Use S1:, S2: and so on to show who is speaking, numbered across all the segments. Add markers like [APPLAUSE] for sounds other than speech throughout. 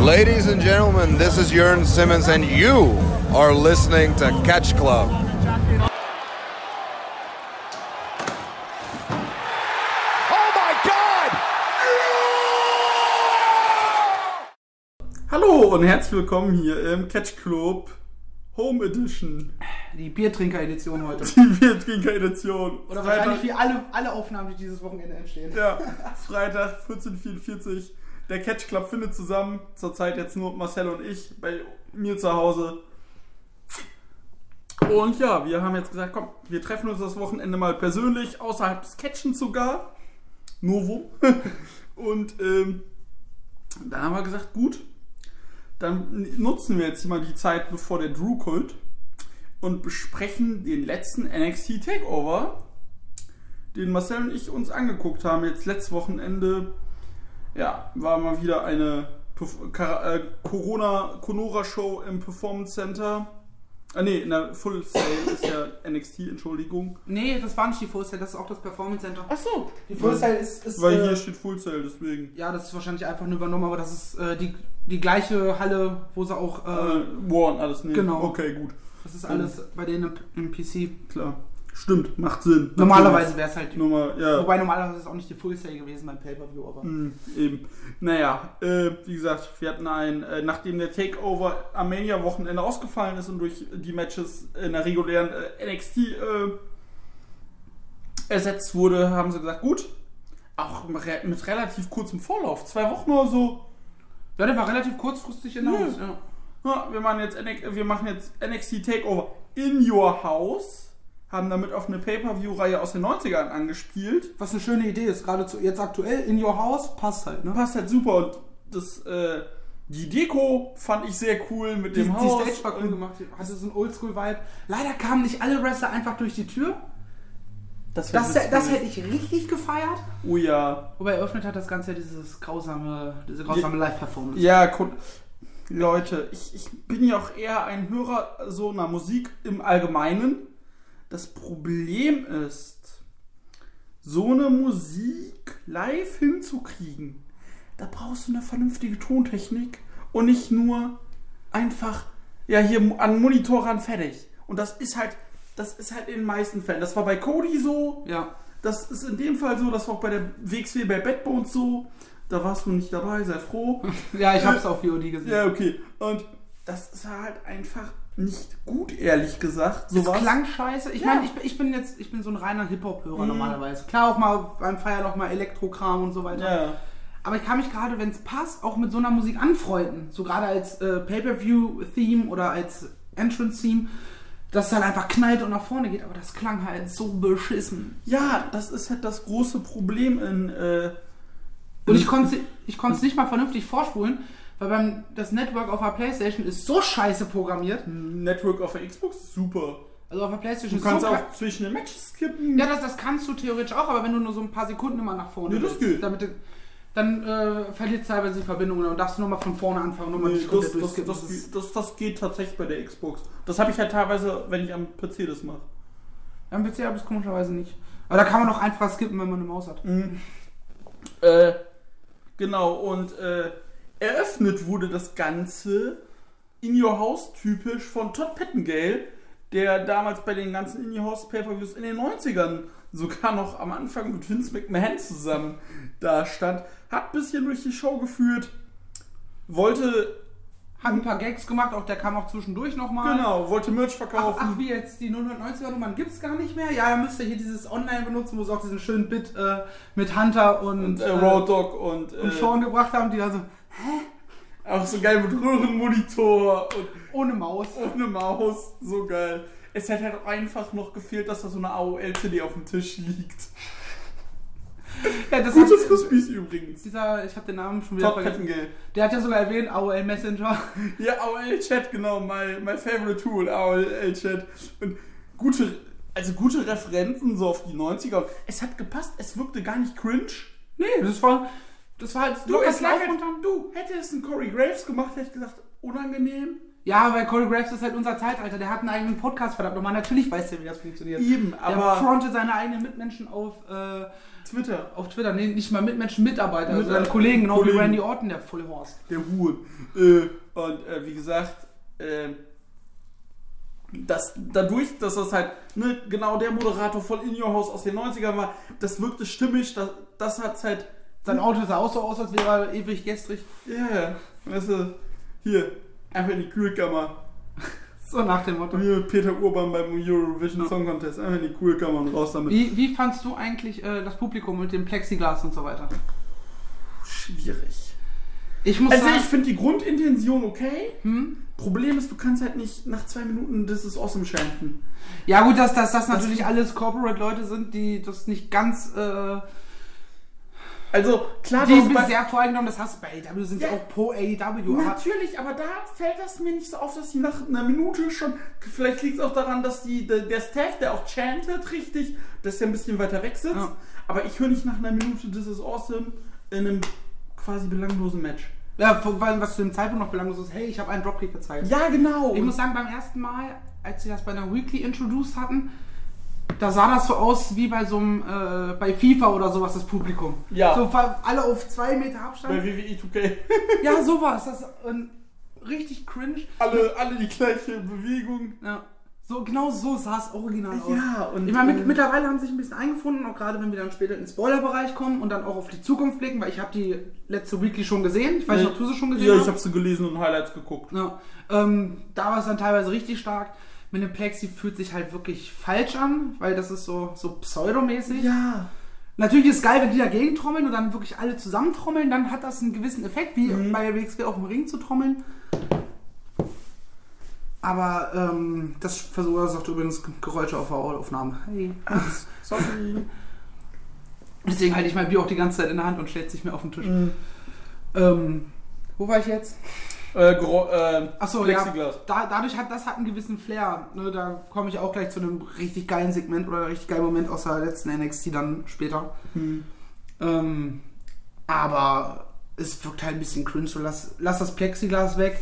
S1: Ladies and gentlemen, this is Jörn Simmons, and you are listening to Catch Club.
S2: Hallo und herzlich willkommen hier im Catch Club Home Edition.
S3: Die
S2: [LAUGHS]
S3: Biertrinker-Edition heute.
S2: Die Biertrinker-Edition.
S3: Oder wahrscheinlich wie alle, alle Aufnahmen, die dieses Wochenende entstehen.
S2: Ja, Freitag 14.44. Der Catch Club findet zusammen. Zurzeit jetzt nur Marcel und ich bei mir zu Hause. Und ja, wir haben jetzt gesagt, komm, wir treffen uns das Wochenende mal persönlich, außerhalb des Catchen sogar. Novum. [LAUGHS] Und ähm, dann haben wir gesagt, gut, dann nutzen wir jetzt mal die Zeit, bevor der Drew kommt und besprechen den letzten NXT Takeover, den Marcel und ich uns angeguckt haben. Jetzt letztes Wochenende, ja, war mal wieder eine Perf- Kar- äh, Corona Conora Show im Performance Center. Ah nee, in der Full Sale ist
S3: [COUGHS]
S2: ja NXT, Entschuldigung.
S3: Nee, das war nicht die Full Sail, das ist auch das Performance Center.
S2: Ach so,
S3: Die Full Sail ist. ist
S2: weil
S3: äh,
S2: hier steht Full Sale, deswegen.
S3: ja, das ist wahrscheinlich einfach nur übernommen, aber das ist äh, die, die gleiche Halle, wo sie auch.
S2: Äh,
S3: Äh,
S2: Warren, alles nee.
S3: genau.
S2: Okay, gut,
S3: das ist alles bei denen im, im PC.
S2: klar. Stimmt, macht Sinn.
S3: Normalerweise wäre es halt. Die,
S2: Nummer, ja.
S3: wobei normalerweise ist es auch nicht die Full Sail gewesen beim Pay-Per-View, aber.
S2: Hm, eben. Naja, äh, wie gesagt, wir hatten ein, äh, nachdem der Takeover Armenia Wochenende ausgefallen ist und durch die Matches in der regulären äh, NXT äh, ersetzt wurde, haben sie gesagt, gut, auch mit re- mit relativ kurzem Vorlauf, zwei Wochen oder so,
S3: Ja, der war relativ kurzfristig in der
S2: Nö.
S3: Haus, ja.
S2: ja, wir, machen jetzt NX wir machen jetzt NXT Takeover in your house, haben damit auf eine Pay-Per-View-Reihe aus den 90ern angespielt.
S3: Was eine schöne Idee ist, gerade zu, jetzt aktuell in Your House passt halt, ne?
S2: passt halt super und das, äh, die Deko fand ich sehr cool mit
S3: Die,
S2: dem
S3: die
S2: Haus.
S3: Stage war cool
S2: und
S3: gemacht, hatte so einen Oldschool-Vibe. Leider kamen nicht alle Wrestler einfach durch die Tür.
S2: Das,
S3: Das,
S2: das,
S3: das hätte ich richtig gefeiert.
S2: Oh ja.
S3: Wobei eröffnet hat das Ganze ja dieses grausame, diese grausame Live-Performance.
S2: Ja, guck. Leute, ich, ich bin ja auch eher ein Hörer so einer Musik im Allgemeinen. Das Problem ist, so eine Musik live hinzukriegen, da brauchst du eine vernünftige Tontechnik und nicht nur einfach, ja, hier mu- an den Monitor ran, fertig. Und das ist halt, das ist halt in den meisten Fällen. Das war bei Cody so,
S3: Ja.
S2: das ist in dem Fall so, das war auch bei der WXW bei Badbones so. Da warst du nicht dabei, sei froh.
S3: Ja, ich hab's auf VOD gesehen.
S2: Ja, okay. Und das war halt einfach nicht gut, ehrlich gesagt.
S3: Das
S2: Sowas.
S3: klang scheiße. Ich
S2: Ja.
S3: meine, ich, bin- ich bin jetzt, ich bin so ein reiner Hip-Hop-Hörer normalerweise. Klar auch mal beim Feierloch mal Elektrokram und so weiter.
S2: Ja.
S3: Aber ich kann mich gerade, wenn es passt, auch mit so einer Musik anfreunden. So gerade als äh, Pay-Per-View-Theme oder als Entrance-Theme, dass es dann einfach knallt und nach vorne geht. Aber das klang halt so beschissen.
S2: ja, das ist halt das große Problem in. Äh,
S3: Und
S2: Also-
S3: ich konnte ich konnt's nicht mal vernünftig vorspulen, weil beim, das Network auf der Playstation ist so scheiße programmiert.
S2: Network auf der Xbox super.
S3: Also auf der Playstation
S2: Du kannst
S3: so
S2: auch zwischen den Matches skippen. Äh,
S3: Ja, das, das kannst du theoretisch auch, aber wenn du nur so ein paar Sekunden immer nach vorne
S2: Ja, das
S3: willst,
S2: geht.
S3: Damit, du- dann äh, verliert teilweise die Verbindung und dann darfst du nochmal von vorne anfangen, nochmal
S2: Nee,
S3: die
S2: das,
S3: komplett
S2: das,
S3: durchskippen.
S2: das,
S3: Das ist-
S2: das, das, geht tatsächlich bei der Xbox. Das habe ich halt teilweise, wenn ich am PC das mache.
S3: Am PC habe ich es komischerweise nicht. Aber da kann man auch einfach skippen, wenn man eine Maus hat.
S2: Hm. Äh, genau, und äh, eröffnet wurde das Ganze in Your House typisch von Todd Pettengale, der damals bei den ganzen In Your House Pay-Per-Views in den 90ern sogar noch am Anfang mit Vince McMahon zusammen da stand, hat ein bisschen durch die Show geführt, wollte,
S3: Hat ein paar Gags gemacht, auch der kam auch zwischendurch nochmal.
S2: genau, wollte Merch
S3: Ach,
S2: verkaufen.
S3: ach, wie jetzt die 090er-Nummern gibt es gar nicht mehr. Ja, da müsst ihr hier dieses Online benutzen, wo sie auch diesen schönen Bit äh, mit Hunter und,
S2: und äh, Road Dog und,
S3: und
S2: äh,
S3: Sean gebracht haben, die da so
S2: auch so geil mit Röhrenmonitor und
S3: ohne Maus.
S2: Ohne Maus, so geil. Es hätte halt einfach noch gefehlt, dass da so eine AOL-CD auf dem Tisch liegt.
S3: Ja, das
S2: Gute
S3: hat-
S2: Frisbees übrigens.
S3: dieser, ich habe den Namen schon wieder
S2: Top
S3: vergessen.
S2: Pettengeld.
S3: Der hat ja sogar erwähnt, AOL Messenger. [LAUGHS]
S2: Ja, AOL-Chat, genau. My, my favorite tool, AOL-Chat. Und gute, also gute Referenzen so auf die 90er. Es hat gepasst, es wirkte gar nicht cringe.
S3: Nee, das war, das war halt
S2: Du, es lag
S3: und
S2: halt, du, hätte es ein Corey Graves gemacht, hätte ich gesagt, unangenehm.
S3: Ja, weil Corey Graves ist halt unser Zeitalter. Der hat einen eigenen Podcast, verdammt nochmal. Natürlich weiß der, wie das funktioniert.
S2: Eben,
S3: der
S2: aber
S3: frontet seine eigenen Mitmenschen auf, äh,
S2: Twitter,
S3: auf Twitter. Nee, nicht mal Mitmenschen, Mitarbeiter, also seine
S2: Mitarbeiter,
S3: Kollegen, genau
S2: Kollegen.
S3: wie Randy Orton, der Vollhorst.
S2: der Ruhe. Äh, und äh, wie gesagt, äh, das, dadurch, dass das halt ne, genau der Moderator von In Your House aus den 90ern war, das wirkte stimmig, das, das hat halt
S3: Sein Auto sah auch so aus, als wäre er ewig gestrig.
S2: Ja, yeah, weißt du, hier, einfach in die Kühlkammer.
S3: So nach dem Motto.
S2: Hier Peter Urban beim Eurovision Song Contest, einfach in die Kühlkammer und raus damit.
S3: Wie, wie fandst du eigentlich äh, das Publikum mit dem Plexiglas und so weiter?
S2: Schwierig.
S3: Ich muss
S2: Also
S3: sagen,
S2: ich finde die Grundintention okay.
S3: hm?
S2: Problem ist, du kannst halt nicht nach zwei Minuten This is Awesome chanten.
S3: ja gut, dass, dass das natürlich alles Corporate-Leute sind, die das nicht ganz, äh,
S2: Also, klar,
S3: die
S2: du hast
S3: ein
S2: bei-
S3: bisschen sehr voreingenommen, das hast du bei AEW, sind ja
S2: Ja.
S3: auch pro AEW, aber
S2: Natürlich, aber da fällt das mir nicht so auf, dass die nach einer Minute schon. Vielleicht liegt es auch daran, dass die, der, der Staff, der auch chantet, richtig, dass der ein bisschen weiter weg sitzt.
S3: Ja.
S2: Aber ich höre nicht nach einer Minute This is Awesome in einem quasi belanglosen Match.
S3: ja, vor allem, was zu dem Zeitpunkt noch belanglos ist, hey, ich habe einen Dropkick gezeigt.
S2: Ja, genau.
S3: Ich muss sagen, beim ersten Mal, als sie das bei einer Weekly introduced hatten, da sah das so aus wie bei so einem, äh, bei FIFA oder sowas, das Publikum.
S2: Ja.
S3: So fa- alle auf zwei Meter
S2: bei
S3: Abstand.
S2: WWE
S3: [LAUGHS]
S2: 2K
S3: Ja, sowas. Das ist ähm, richtig cringe.
S2: alle, alle die gleiche Bewegung.
S3: Ja. So, genau so sah es original aus.
S2: und
S3: Ich meine, mit,
S2: äh,
S3: mittlerweile haben sie sich ein bisschen eingefunden, auch gerade wenn wir dann später ins Spoilerbereich kommen und dann auch auf die Zukunft blicken, weil ich habe die letzte Weekly schon gesehen. Ich weiß nicht, ob du sie schon gesehen
S2: Ja,
S3: hast.
S2: ich habe sie gelesen und Highlights geguckt.
S3: Ja, ähm, da war es dann teilweise richtig stark. Mit dem Plexi fühlt sich halt wirklich falsch an, weil das ist so, so pseudomäßig.
S2: Ja.
S3: Natürlich ist es geil, wenn die dagegen trommeln und dann wirklich alle zusammentrommeln, dann hat das einen gewissen Effekt, wie bei WXW auf dem Ring zu trommeln. Aber ähm, das verursacht übrigens Geräusche auf der Aufnahme. Hey.
S2: [LAUGHS] Sorry.
S3: Deswegen halte ich mein Bier auch die ganze Zeit in der Hand und stellt sich mir auf den Tisch. Ähm, wo war ich jetzt?
S2: äh, Gro äh,
S3: Ach so,
S2: Plexiglas.
S3: ja. Da, dadurch hat das hat einen gewissen Flair. Ne, da komme ich auch gleich zu einem richtig geilen Segment oder einem richtig geilen Moment aus der letzten NXT dann später.
S2: Hm.
S3: Ähm, aber es wirkt halt ein bisschen cringe. So lass, lass das Plexiglas weg.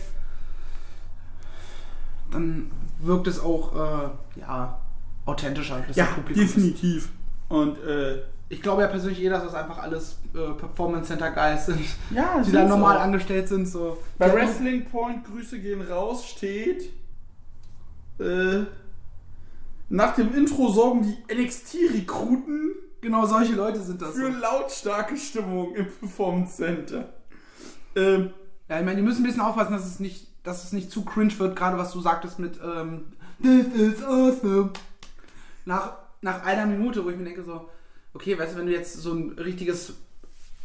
S3: Dann wirkt es auch äh, ja, authentischer. dass
S2: Ja,
S3: das Publikum ist.
S2: definitiv. Und äh,
S3: Ich glaube ja persönlich eh, dass das einfach alles äh, Performance Center Guys
S2: [LAUGHS]
S3: sind,
S2: ja,
S3: die da normal angestellt sind. So.
S2: Bei
S3: Die-
S2: Wrestling Point Grüße gehen raus steht. Äh, nach dem Intro sorgen die NXT-Rekruten
S3: Genau solche Leute sind das.
S2: für lautstarke Stimmung im Performance Center. Ähm,
S3: Ja, ich meine, die müssen ein bisschen aufpassen, dass es nicht, dass es nicht zu cringe wird, gerade was du sagtest mit ähm, This is awesome. Nach, nach einer Minute, wo ich mir denke so, okay, weißt du, wenn du jetzt so ein richtiges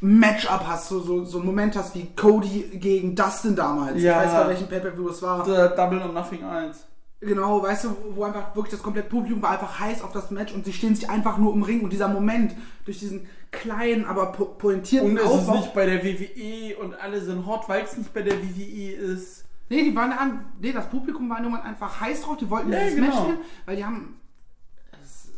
S3: Matchup hast, so, so, so einen Moment hast wie Cody gegen Dustin damals.
S2: Ja.
S3: Ich weiß bei welchem Pay-Per-View es war.
S2: äh, Double or Nothing 1.
S3: Genau, weißt du, wo- wo einfach wirklich das komplette Publikum war einfach heiß auf das Match und sie stehen sich einfach nur im Ring und dieser Moment durch diesen kleinen, aber po pointierten
S2: Und es ist nicht bei der WWE und alle sind hot, weil es nicht bei der WWE ist.
S3: Nee, die waren an, nee, das Publikum war irgendwann einfach heiß drauf, die wollten
S2: Ja,
S3: dieses
S2: genau.
S3: Match sehen, weil die haben das-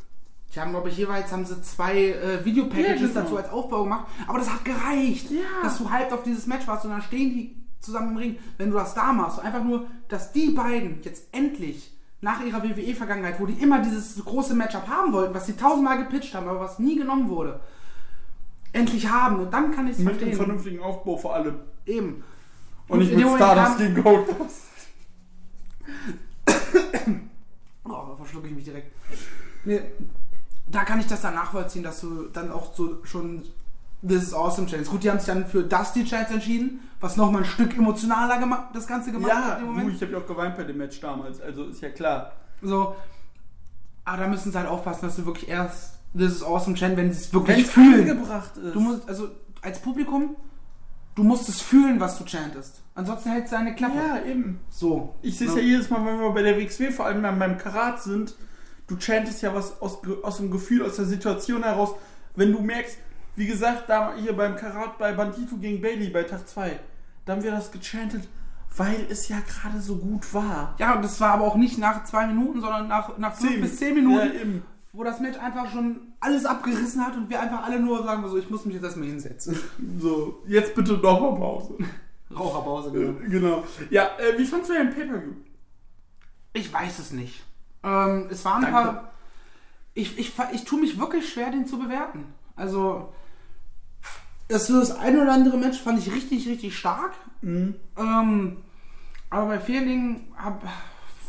S3: die haben, glaube ich, jeweils haben sie zwei äh, Videopackages
S2: Ja, genau.
S3: dazu als Aufbau gemacht, aber das hat gereicht,
S2: Ja.
S3: dass du hyped auf dieses Match warst und dann stehen die zusammen im Ring, wenn du das da machst. Einfach nur, dass die beiden jetzt endlich nach ihrer WWE-Vergangenheit, wo die immer dieses große Matchup haben wollten, was sie tausendmal gepitcht haben, aber was nie genommen wurde, endlich haben. Und dann kann ich es
S2: Mit einem
S3: verstehen.
S2: vernünftigen Aufbau vor allem.
S3: Eben.
S2: Und nicht
S3: in
S2: mit
S3: dem Moment
S2: Stardust
S3: kam-
S2: gegen Goldust.
S3: Oh, da verschlucke ich mich direkt. Nee, da kann ich das dann nachvollziehen, dass du dann auch so schon This is Awesome Challenge. Gut, die haben sich dann für Dusty Challenge entschieden, was nochmal ein Stück emotionaler gema- das Ganze gemacht hat
S2: Ja,
S3: im
S2: du,
S3: Moment.
S2: ich habe ja auch geweint bei dem Match damals, also ist ja klar.
S3: So. Aber da müssen sie halt aufpassen, dass du wirklich erst This is Awesome Challenge, wenn sie es wirklich
S2: Wenn's
S3: fühlen.
S2: angebracht ist.
S3: Du musst, also als Publikum, du musst es fühlen, was du chantest. Ansonsten hältst du deine Klappe.
S2: ja, eben.
S3: So.
S2: Ich sehe es
S3: Ne?
S2: ja jedes Mal, wenn wir bei der WXW, vor allem dann beim Karat sind, du chantest ja was aus, aus dem Gefühl, aus der Situation heraus, wenn du merkst, wie gesagt, da hier beim Karat bei Bandito gegen Bailey bei Tag 2, da haben wir das gechantet, weil es ja gerade so gut war.
S3: Ja, und das war aber auch nicht nach zwei Minuten, sondern nach, nach fünf bis zehn Minuten.
S2: Ja, eben.
S3: wo das Match einfach schon alles abgerissen hat und wir einfach alle nur sagen, so, ich muss mich jetzt erstmal hinsetzen.
S2: So, jetzt bitte nochmal Pause.
S3: [LAUGHS]
S2: [LAUGHS]
S3: Raucherpause,
S2: Äh,
S3: genau.
S2: Genau. Ja, äh, wie fandst du denn Pay-Per-View?
S3: Ich weiß es nicht. Ähm, es waren ein
S2: Danke.
S3: paar. Ich, ich, fa- ich tue mich wirklich schwer, den zu bewerten. Also, das, das ein oder andere Match fand ich richtig, richtig stark. Ähm, aber bei vielen Dingen hab,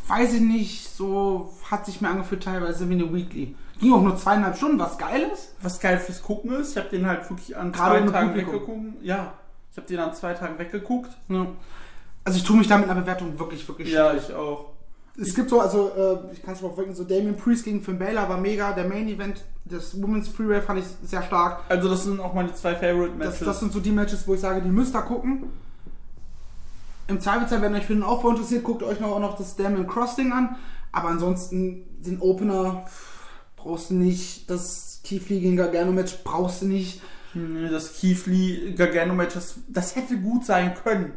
S3: weiß ich nicht, so hat sich mir angefühlt teilweise wie eine Weekly. Ging auch nur zweieinhalb Stunden, was geil ist.
S2: Was geil fürs Gucken ist, ich habe den halt wirklich an
S3: Gerade
S2: zwei
S3: ohne
S2: Tagen
S3: Publikum.
S2: weggeguckt. Ja, ich habe den an zwei Tagen weggeguckt.
S3: Ja. Also ich tue mich da mit einer Bewertung wirklich, wirklich schwer.
S2: Ja, ich auch.
S3: Es gibt so, also äh, ich kann es mal vorwegnehmen, so Damien Priest gegen Finn Balor war mega. Der Main Event des Women's Freeway fand ich sehr stark.
S2: Also das sind auch meine zwei Favorite
S3: Das,
S2: Matches.
S3: das sind so die Matches, wo ich sage, die müsst ihr gucken. Im Zweifelsfall, wenn euch für den Aufbau interessiert, guckt euch noch, auch noch das Damien Cross-Ding an. Aber ansonsten, den Opener pff, brauchst du nicht. Das Keith Lee gegen Gargano-Match brauchst du nicht.
S2: Nee, Hm, das Keith Lee Gargano Match, das, das hätte gut sein können.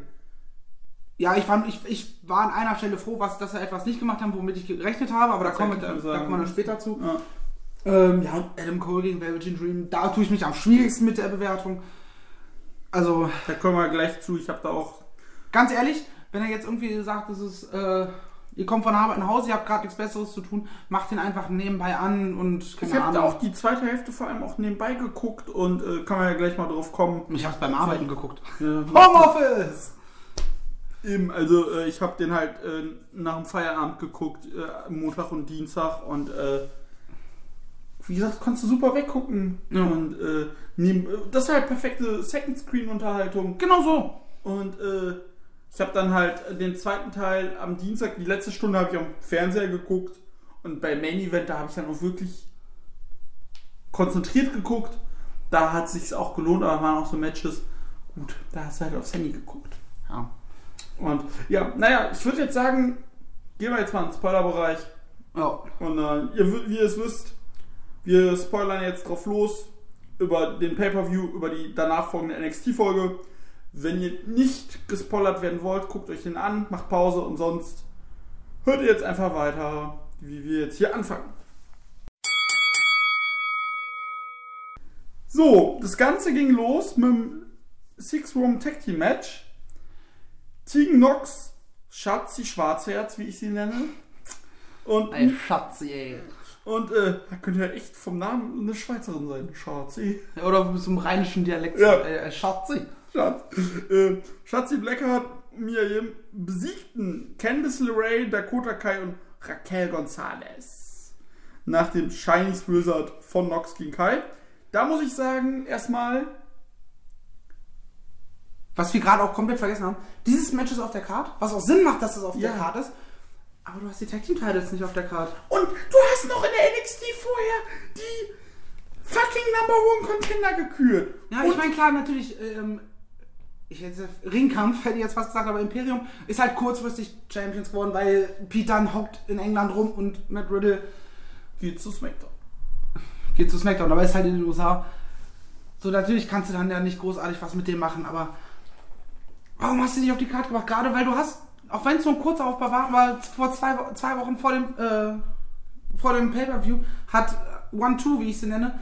S3: Ja, ich, fand, ich, ich war an einer Stelle froh, was, dass sie etwas nicht gemacht haben, womit ich gerechnet habe. Aber da
S2: Das
S3: kommen wir
S2: hätte ich
S3: da,
S2: mir
S3: da
S2: sagen
S3: kommen wir dann
S2: müssen.
S3: später zu.
S2: Ja.
S3: Ähm, ja, und Adam Cole gegen Velveteen Dream, da tue ich mich am schwierigsten mit der Bewertung. Also,
S2: Da kommen wir gleich zu. Ich habe da auch.
S3: ganz ehrlich, wenn er jetzt irgendwie sagt, das ist, äh, ihr kommt von der Arbeit nach Hause, ihr habt gerade nichts Besseres zu tun, macht den einfach nebenbei an und keine
S2: Ich habe da
S3: Ahnung.
S2: auch die zweite Hälfte vor allem auch nebenbei geguckt und äh, kann man ja gleich mal drauf kommen.
S3: ich hab's beim Arbeiten geguckt.
S2: Ja,
S3: [LAUGHS] Homeoffice!
S2: eben, also äh, ich habe den halt äh, nach dem Feierabend geguckt, äh, Montag und Dienstag und äh, wie gesagt, konntest du super weggucken.
S3: Ja.
S2: Und äh, neben, äh, das ist halt perfekte Second-Screen-Unterhaltung.
S3: Genau so.
S2: Und äh, ich habe dann halt den zweiten Teil am Dienstag, die letzte Stunde habe ich am Fernseher geguckt. Und bei Main Event, da habe ich dann auch wirklich konzentriert geguckt. Da hat sich's auch gelohnt, aber waren auch so Matches. Gut, da hast du halt aufs Handy geguckt.
S3: Ja.
S2: Und ja, naja, ich würde jetzt sagen, gehen wir jetzt mal in den Spoilerbereich.
S3: ja.
S2: Und äh, ihr, wi- wie ihr es wisst, wir spoilern jetzt drauf los über den Pay-Per-View, über die danach folgende NXT-Folge. Wenn ihr nicht gespoilert werden wollt, guckt euch den an, macht Pause und sonst hört ihr jetzt einfach weiter, wie wir jetzt hier anfangen. So, das Ganze ging los mit dem Six-Room Tag Team Match. Tegan Nox, Schatzi Schwarzherz, wie ich sie nenne. Und
S3: Ey, Schatzi, ey.
S2: und äh, da könnte ja echt vom Namen eine Schweizerin sein. Schatzi.
S3: Oder mit so einem rheinischen Dialekt.
S2: Ja.
S3: Äh, Schatzi.
S2: Schatz. Äh, Schatzi Blackheart, Mia Yim besiegten Candice LeRae, Dakota Kai und Raquel Gonzalez. Nach dem Chinese Wizard von Nox gegen Kai. Da muss ich sagen, erstmal,
S3: Was wir gerade auch komplett vergessen haben. Dieses Match ist auf der Card, was auch Sinn macht, dass es auf
S2: Ja.
S3: der Card ist. Aber du hast die Tag Team Titles nicht auf der Card.
S2: Und du hast noch in der NXT vorher die fucking Number One Contender gekürt.
S3: Ja,
S2: und
S3: ich meine, klar, natürlich, ähm, ich hätte jetzt- Ringkampf hätte ich jetzt fast gesagt, aber Imperium ist halt kurzfristig Champions geworden, weil Pete Dunne hockt in England rum und Matt Riddle
S2: geht zu SmackDown.
S3: geht zu SmackDown, aber ist halt in den USA. So, natürlich kannst du dann ja nicht großartig was mit dem machen, aber warum hast du dich auf die Karte gemacht? Gerade weil du hast, auch wenn es so ein kurzer Aufbau war, weil vor zwei, Wo- zwei Wochen vor dem, äh, vor dem Pay-Per-View hat One-Two, wie ich sie nenne,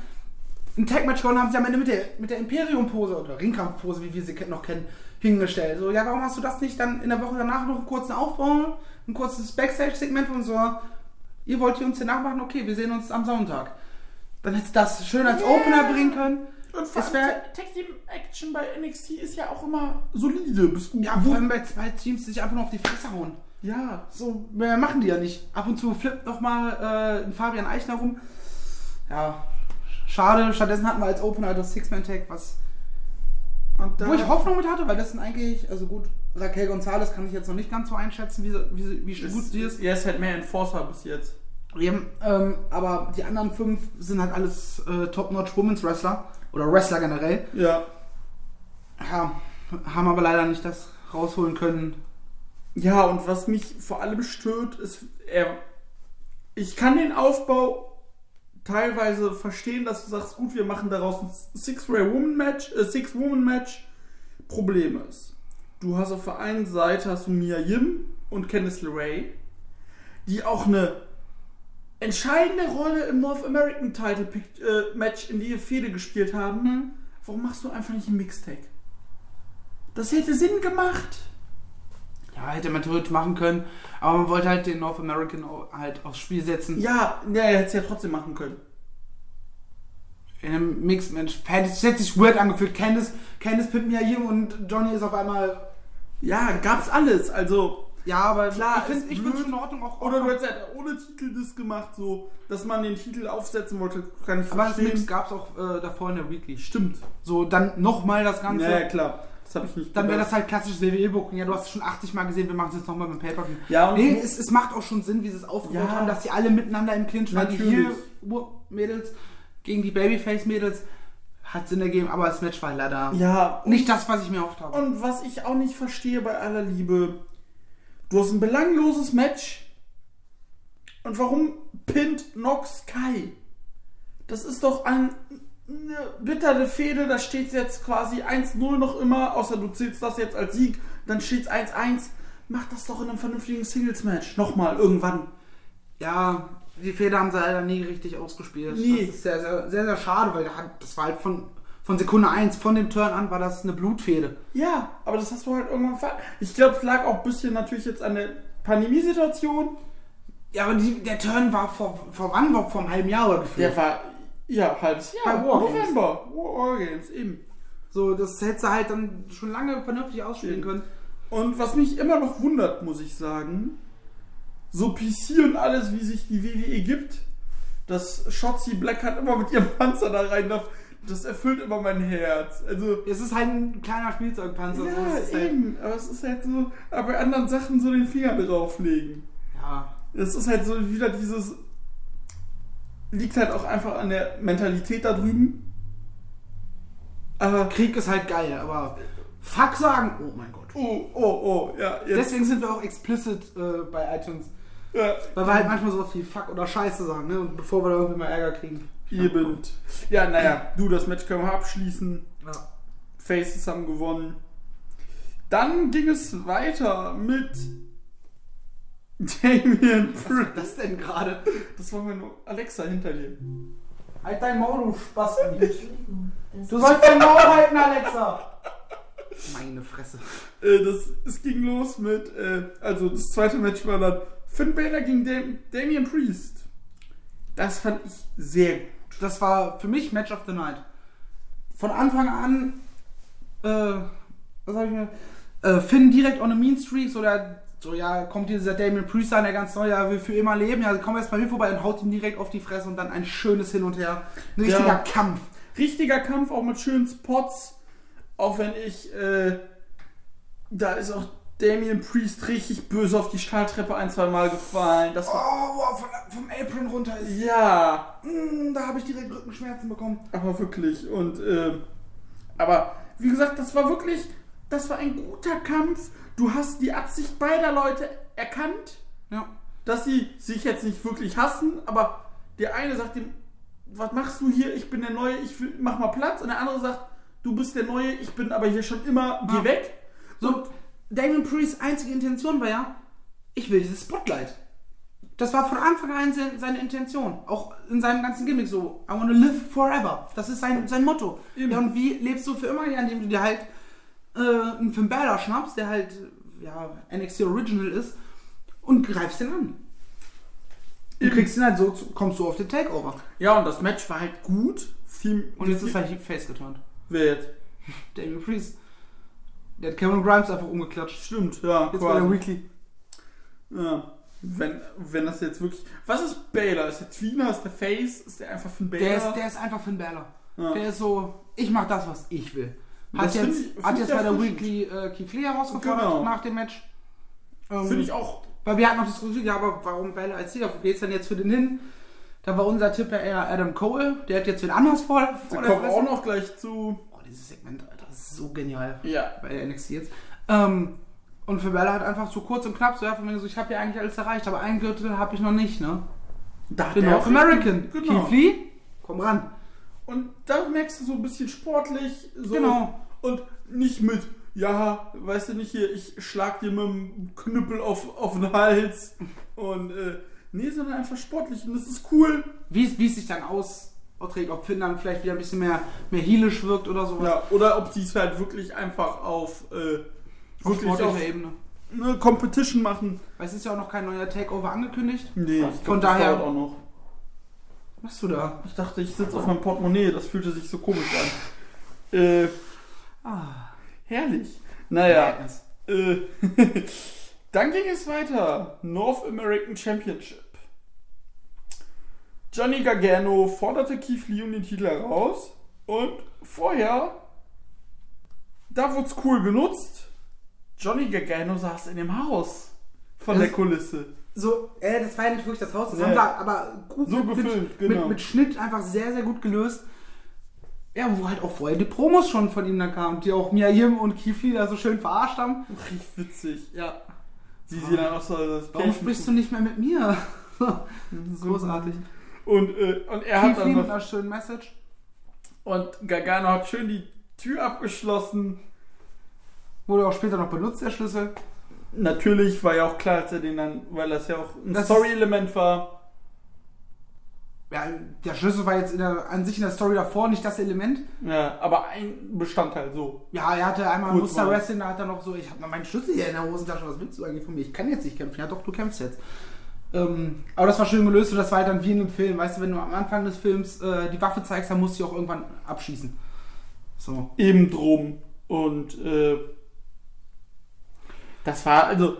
S3: ein Tag-Match gewonnen, haben sie am Ende mit der, mit der Imperium-Pose oder Ringkampf-Pose, wie wir sie ke- noch kennen, hingestellt. So, ja, warum hast du das nicht dann in der Woche danach noch einen kurzen Aufbau, ein kurzes Backstage-Segment von so, ihr wollt hier uns hier nachmachen, okay, wir sehen uns am Sonntag. Dann hättest du das schön als
S2: Yeah.
S3: Opener bringen können.
S2: Und
S3: Es wär-
S2: Tag Team Action bei NXT ist ja auch immer solide bis gut.
S3: Ja, vor allem bei zwei Teams, die sich einfach nur auf die Fresse hauen.
S2: ja.
S3: So, mehr machen die ja nicht. Ab und zu flippt nochmal äh, ein Fabian Eichner rum. Ja, schade. Stattdessen hatten wir als Opener das Six-Man-Tag, was
S2: Und da,
S3: wo ich Hoffnung mit hatte, weil das sind eigentlich, also gut, Raquel Gonzalez kann ich jetzt noch nicht ganz so einschätzen, wie, sie- wie, sie- wie
S2: ist,
S3: gut sie ist.
S2: Er ist halt mehr Enforcer bis jetzt.
S3: Eben, ähm, aber die anderen fünf sind halt alles äh, Top-Notch Women's Wrestler oder Wrestler generell.
S2: Ja.
S3: Ja, haben aber leider nicht das rausholen können.
S2: Ja, und was mich vor allem stört, ist, er. Ich kann den Aufbau teilweise verstehen, dass du sagst, gut, wir machen daraus ein Six-Way-Woman-Match, äh, Six-Woman-Match. Problem ist, du hast auf der einen Seite hast du Mia Yim und Candice LeRae, die auch eine entscheidende Rolle im North American Title Pic- äh, Match in die Fehde gespielt haben. Warum machst du einfach nicht ein Mixtag? Das hätte Sinn gemacht.
S3: Ja, hätte man theoretisch machen können, aber man wollte halt den North American au- halt aufs Spiel setzen.
S2: Ja, ja, er hätte es ja trotzdem machen können.
S3: In einem Mix, Mensch, hätte es hätte sich weird angefühlt. Candice, Candice pimpt mir hier und Johnny ist auf einmal.
S2: Ja, gab's alles. Also,
S3: Ja, aber
S2: Klar,
S3: ich finde
S2: ist
S3: ich find's
S2: blöd.
S3: schon in Ordnung auch.
S2: oder du hättest halt ohne Titel das gemacht, so, dass man den Titel aufsetzen wollte, kann ich
S3: aber das
S2: verstehen.
S3: Mix gab es auch äh, davor in der Weekly.
S2: Stimmt.
S3: So, dann nochmal das Ganze.
S2: Ja, ja, klar. Das habe ich nicht
S3: Dann wäre
S2: gedacht.
S3: das halt klassisches WWE-Booking. Ja, du hast es schon 80 Mal gesehen, wir machen es jetzt nochmal mit Paper.
S2: Ja, und-
S3: nee, es, es macht auch schon Sinn, wie sie es aufgebaut
S2: Ja.
S3: haben, dass sie alle miteinander im Clinch waren. Die
S2: Natürlich.
S3: Heel-Mädels gegen die Babyface-Mädels. Hat Sinn ergeben, aber das Match war leider
S2: Ja, und,
S3: nicht das, was ich mir erhofft habe.
S2: und was ich auch nicht verstehe bei aller Liebe, du hast ein belangloses Match. Und warum pinnt Nox Kai? Das ist doch ein, eine bittere Fehde, da steht jetzt quasi 1-0 noch immer, außer du zählst das jetzt als Sieg, dann steht 1-1. Mach das doch in einem vernünftigen Singles-Match. Nochmal, irgendwann.
S3: Ja, die Fehler haben sie leider nie richtig ausgespielt.
S2: Nie.
S3: Das ist sehr, sehr, sehr, sehr schade, weil da hat- das war halt von, von Sekunde 1, von dem Turn an, war das eine Blutfehde.
S2: Ja, aber das hast du halt irgendwann ver... Ich glaube, es lag auch ein bisschen natürlich jetzt an der Pandemiesituation.
S3: Ja, aber die, der Turn war vor, vor wann? War vor einem halben Jahr oder gefühlt.
S2: Der war, ja, halbes Jahr.
S3: Bei Wargames.
S2: November. Wargames, eben.
S3: So, das hättest du halt dann schon lange vernünftig ausspielen
S2: Eben.
S3: können.
S2: Und was mich immer noch wundert, muss ich sagen, so PC und alles, wie sich die WWE gibt, dass Shotzi Blackheart immer mit ihrem Panzer da rein darf, das erfüllt immer mein Herz. Also,
S3: Es ist halt ein kleiner Spielzeugpanzer. so,
S2: ja,
S3: es ist halt,
S2: eben. Aber es ist halt so, aber bei anderen Sachen so den Finger drauflegen.
S3: ja.
S2: Es ist halt so wieder dieses. Liegt halt auch einfach an der Mentalität da drüben. Aber.
S3: Krieg ist halt geil, aber Fuck sagen, oh mein Gott.
S2: Oh, oh, oh, ja, jetzt.
S3: Deswegen sind wir auch explicit äh, bei iTunes.
S2: Ja,
S3: Weil wir halt manchmal so viel Fuck oder Scheiße sagen, ne? Und bevor wir da irgendwie mal Ärger kriegen.
S2: eben. Ja, naja, du, das Match können wir abschließen.
S3: Ja.
S2: Faces haben gewonnen. Dann ging es weiter mit. Damien Priest.
S3: Das denn gerade?
S2: Das war mir nur. Alexa hinter dir.
S3: Halt dein Maul, du Spasti.
S4: Entschuldigung. Das
S3: Du sollst dein Maul halten, Alexa. Meine Fresse.
S2: Äh, das, es ging los mit, äh, also das zweite Match war dann Finn Balor gegen Dam Damian Priest. Das fand ich sehr gut.
S3: Das war für mich Match of the Night. Von Anfang an, äh, was habe ich mir? Äh, Finn direkt on a Mean Streak, so, der, so ja, kommt dieser Damien Priest an, der ganz neue, ja, will für immer leben, ja, komm erst bei mir vorbei und haut ihm direkt auf die Fresse und dann ein schönes Hin und Her. Ein richtiger
S2: Ja.
S3: Kampf.
S2: Richtiger Kampf, auch mit schönen Spots. Auch wenn ich, äh, da ist auch Damian Priest richtig böse auf die Stahltreppe ein, zwei Mal gefallen. Das war,
S3: Oh, wow, von- vom Apron runter ist.
S2: ja,
S3: Mm, da habe ich direkt Rückenschmerzen bekommen.
S2: aber wirklich. Und, äh, aber wie gesagt, das war wirklich, das war ein guter Kampf. Du hast die Absicht beider Leute erkannt.
S3: Ja.
S2: dass sie sich jetzt nicht wirklich hassen, aber der eine sagt dem, was machst du hier? Ich bin der Neue, ich will, mach mal Platz. Und der andere sagt, du bist der Neue, ich bin aber hier schon immer, geh
S3: Ah.
S2: weg.
S3: So, Damon Priests einzige Intention war ja, ich will dieses Spotlight. Das war von Anfang an se- seine Intention. Auch in seinem ganzen Gimmick so, I want to live forever. Das ist sein, sein Motto.
S2: Eben.
S3: Ja, und wie lebst du für immer, ja, indem du dir halt äh, einen Finn Balor schnappst, der halt ja, NXT Original ist, und greifst ihn an. Du kriegst ihn halt so, zu- kommst du auf den Takeover.
S2: Ja, und das Match war halt gut. Viel,
S3: Und jetzt ist halt Heap Face geturnt.
S2: Wer jetzt?
S3: Damon Priest. Der hat Cameron Grimes einfach umgeklatscht.
S2: Stimmt, ja.
S3: Jetzt bei
S2: quasi.
S3: der Weekly.
S2: ja. Wenn, wenn das jetzt wirklich. Was ist Baylor? Ist der Tweener? Ist der Face? Ist der einfach von Baylor?
S3: Der ist, der ist einfach Finn Balor.
S2: Ja.
S3: Der ist so, ich mach das, was ich will. Hat
S2: Das
S3: jetzt,
S2: find ich- find
S3: hat
S2: ich
S3: jetzt bei der
S2: erfrischend.
S3: Weekly äh, Keith Lee herausgefordert
S2: Genau.
S3: nach dem Match. Ähm,
S2: Finde ich auch.
S3: Weil wir hatten noch diskutiert, ja, aber warum Balor als Sieger? Wo geht's denn jetzt für den hin? Da war unser Tipp ja eher Adam Cole. Der hat jetzt wen anders vor,
S2: Da
S3: vor der
S2: kommen wir
S3: Fresse.
S2: Oh, auch noch gleich zu.
S3: Oh, dieses Segment, Alter, das ist so genial.
S2: Ja.
S3: Bei der NXT jetzt. Ähm, und für Balor hat einfach so kurz und knapp so, ja, von mir so, ich habe ja eigentlich alles erreicht, aber einen Gürtel habe ich noch nicht, ne?
S2: Da hat
S3: Den
S2: der
S3: North
S2: auch-
S3: American.
S2: Genau.
S3: Keith Lee, komm ran.
S2: Und da merkst du so ein bisschen sportlich. So
S3: Genau.
S2: Und nicht mit, ja, weißt du nicht hier, ich schlag dir mit dem Knüppel auf, auf den Hals. Und, äh, nee, sondern einfach sportlich. Und das ist cool.
S3: wie es, wie es sich dann aus, trägt, ob Finn dann vielleicht wieder ein bisschen mehr, mehr heelisch wirkt oder sowas.
S2: Ja, oder ob sie es halt wirklich einfach auf, äh,
S3: auf
S2: wirklich
S3: sportlicher
S2: auf
S3: Ebene.
S2: eine Competition machen.
S3: Weil es ist ja auch noch kein neuer Takeover angekündigt.
S2: Nee, ich
S3: Von
S2: glaub, das
S3: daher-
S2: dauert auch noch.
S3: Was machst du da?
S2: Ich dachte, ich sitze auf meinem Portemonnaie, das fühlte sich so komisch an. Äh,
S3: Ah,
S2: herrlich. Naja, äh, [LAUGHS] dann ging es weiter. North American Championship. Johnny Gargano forderte Keith Lee um den Titel heraus und vorher, da wurde es cool genutzt. Johnny Gargano saß in dem Haus von der
S3: Das-
S2: Kulisse.
S3: So, äh, das war ja nicht wirklich das Haus, das
S2: Nee.
S3: haben sie aber gut
S2: So gefilmt,
S3: mit,
S2: genau.
S3: mit, mit Schnitt einfach sehr, sehr gut gelöst. Ja, wo halt auch vorher die Promos schon von ihm da kamen, die auch Mia Yim und Kifli da so schön verarscht haben.
S2: Richtig witzig.
S3: Ja.
S2: Wie sie dann auch so das
S3: Warum sprichst du nicht mehr mit mir? [LAUGHS] Großartig.
S2: Und, äh, und er hat
S3: Kifli
S2: dann
S3: mit
S2: noch
S3: einer schönen Message.
S2: Und Gargano hat schön die Tür abgeschlossen.
S3: Wurde auch später noch benutzt, der Schlüssel.
S2: Natürlich war ja auch klar, als er den dann, weil das ja auch ein
S3: Das-
S2: Story-Element war.
S3: Ja, der Schlüssel war jetzt in der, an sich in der Story davor nicht das Element.
S2: Ja, aber ein Bestandteil so.
S3: Ja, er hatte einmal
S2: Gut,
S3: Muster
S2: Mann.
S3: Wrestling, da hat er noch so, ich habe noch meinen Schlüssel hier in der Hosentasche, was willst du eigentlich von mir? Ich kann jetzt nicht kämpfen. Ja doch, du kämpfst jetzt. Ähm, aber das war schön gelöst und das war halt dann wie in einem Film. Weißt du, wenn du am Anfang des Films äh, die Waffe zeigst, dann musst du sie auch irgendwann abschießen. So.
S2: Eben drum. Und äh, das war also.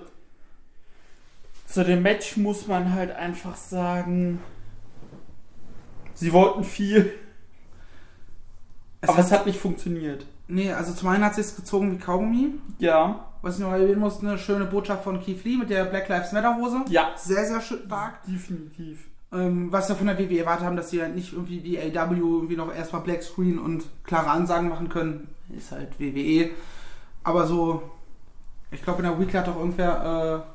S2: Zu dem Match muss man halt einfach sagen. Sie wollten viel,
S3: Es
S2: aber
S3: hat,
S2: es hat nicht funktioniert.
S3: nee, also zum einen hat sie es gezogen wie Kaugummi.
S2: Ja.
S3: Was ich noch erwähnen muss, eine schöne Botschaft von Keith Lee mit der Black Lives Matter Hose.
S2: Ja.
S3: Sehr, sehr schön stark.
S2: Definitiv.
S3: Ähm, was wir von der WWE erwartet haben, dass sie halt nicht irgendwie wie AW irgendwie noch erstmal Black Screen und klare Ansagen machen können, ist halt WWE. Aber so, ich glaube, in der Weekly hat doch irgendwer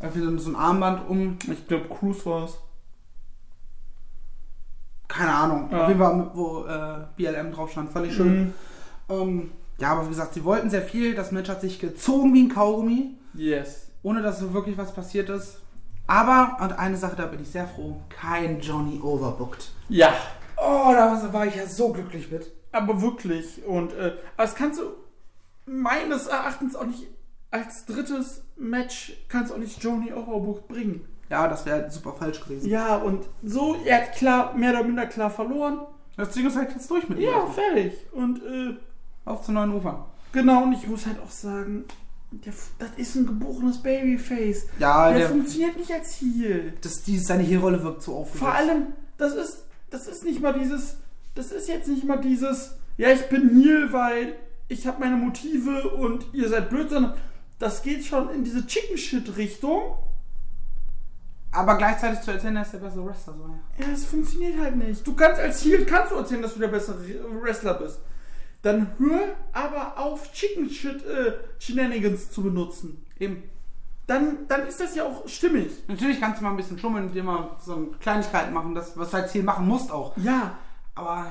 S3: äh, irgendwie so ein- so ein Armband um.
S2: Ich glaube, Cruz war's.
S3: Keine Ahnung,
S2: Ja.
S3: auf jeden Fall, wo äh, BLM drauf stand, fand ich schön.
S2: Mhm.
S3: Ähm, ja, aber wie gesagt, sie wollten sehr viel. Das Match hat sich gezogen wie ein Kaugummi,
S2: Yes.
S3: ohne dass so wirklich was passiert ist. Aber, und eine Sache, da bin ich sehr froh, kein Johnny overbooked.
S2: Ja.
S3: Oh, da war ich ja so glücklich mit.
S2: Aber wirklich. Und äh, aber das kannst du meines Erachtens auch nicht als drittes Match kannst du auch nicht Johnny Overbook bringen.
S3: Ja, das wäre super falsch gewesen.
S2: Ja, und so, er hat klar, mehr oder minder klar verloren.
S3: Das Ding ist halt jetzt durch mit ihm.
S2: Ja,
S3: erstmal.
S2: fertig. Und äh,
S3: Auf zu neuen Ufern.
S2: genau, und ich muss halt auch sagen, der, F- das ist ein geborenes Babyface.
S3: Ja,
S2: Der,
S3: der,
S2: funktioniert nicht als Heal.
S3: das, die, seine Herolle wirkt so aufgesetzt.
S2: Vor allem, das ist, das ist nicht mal dieses, das ist jetzt nicht mal dieses, ja, ich bin Neil, weil ich habe meine Motive und ihr seid blöd, sondern das geht schon in diese Chicken Shit Richtung.
S3: Aber gleichzeitig zu erzählen, er ist der beste Wrestler. So, ja.
S2: Ja, es funktioniert halt nicht. Du kannst als Heel kannst du erzählen, dass du der bessere Wrestler bist. Dann hör aber auf, Chicken Shit äh, Shenanigans zu benutzen.
S3: Eben.
S2: Dann, dann ist das ja auch stimmig.
S3: Natürlich kannst du mal ein bisschen schummeln, indem man so eine Kleinigkeit machen, das, was du als Ziel machen musst auch.
S2: Ja,
S3: Aber.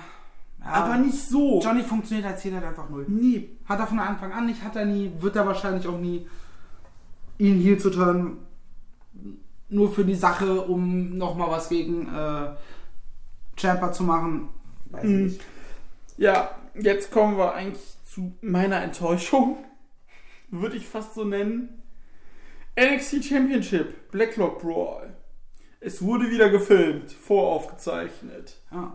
S3: Ja,
S2: aber nicht so.
S3: Johnny funktioniert als Ziel halt einfach null.
S2: nee.
S3: Hat er von Anfang an nicht, hat er nie, wird er wahrscheinlich auch nie, ihn hier zu turnen. Nur für die Sache, um nochmal was gegen äh, Champa zu machen. Weiß ich
S2: Mhm. Ja, jetzt kommen wir eigentlich zu meiner Enttäuschung. [LAUGHS] Würde ich fast so nennen. NXT Championship, Blacklock Brawl. Es wurde wieder gefilmt, voraufgezeichnet.
S3: Ja.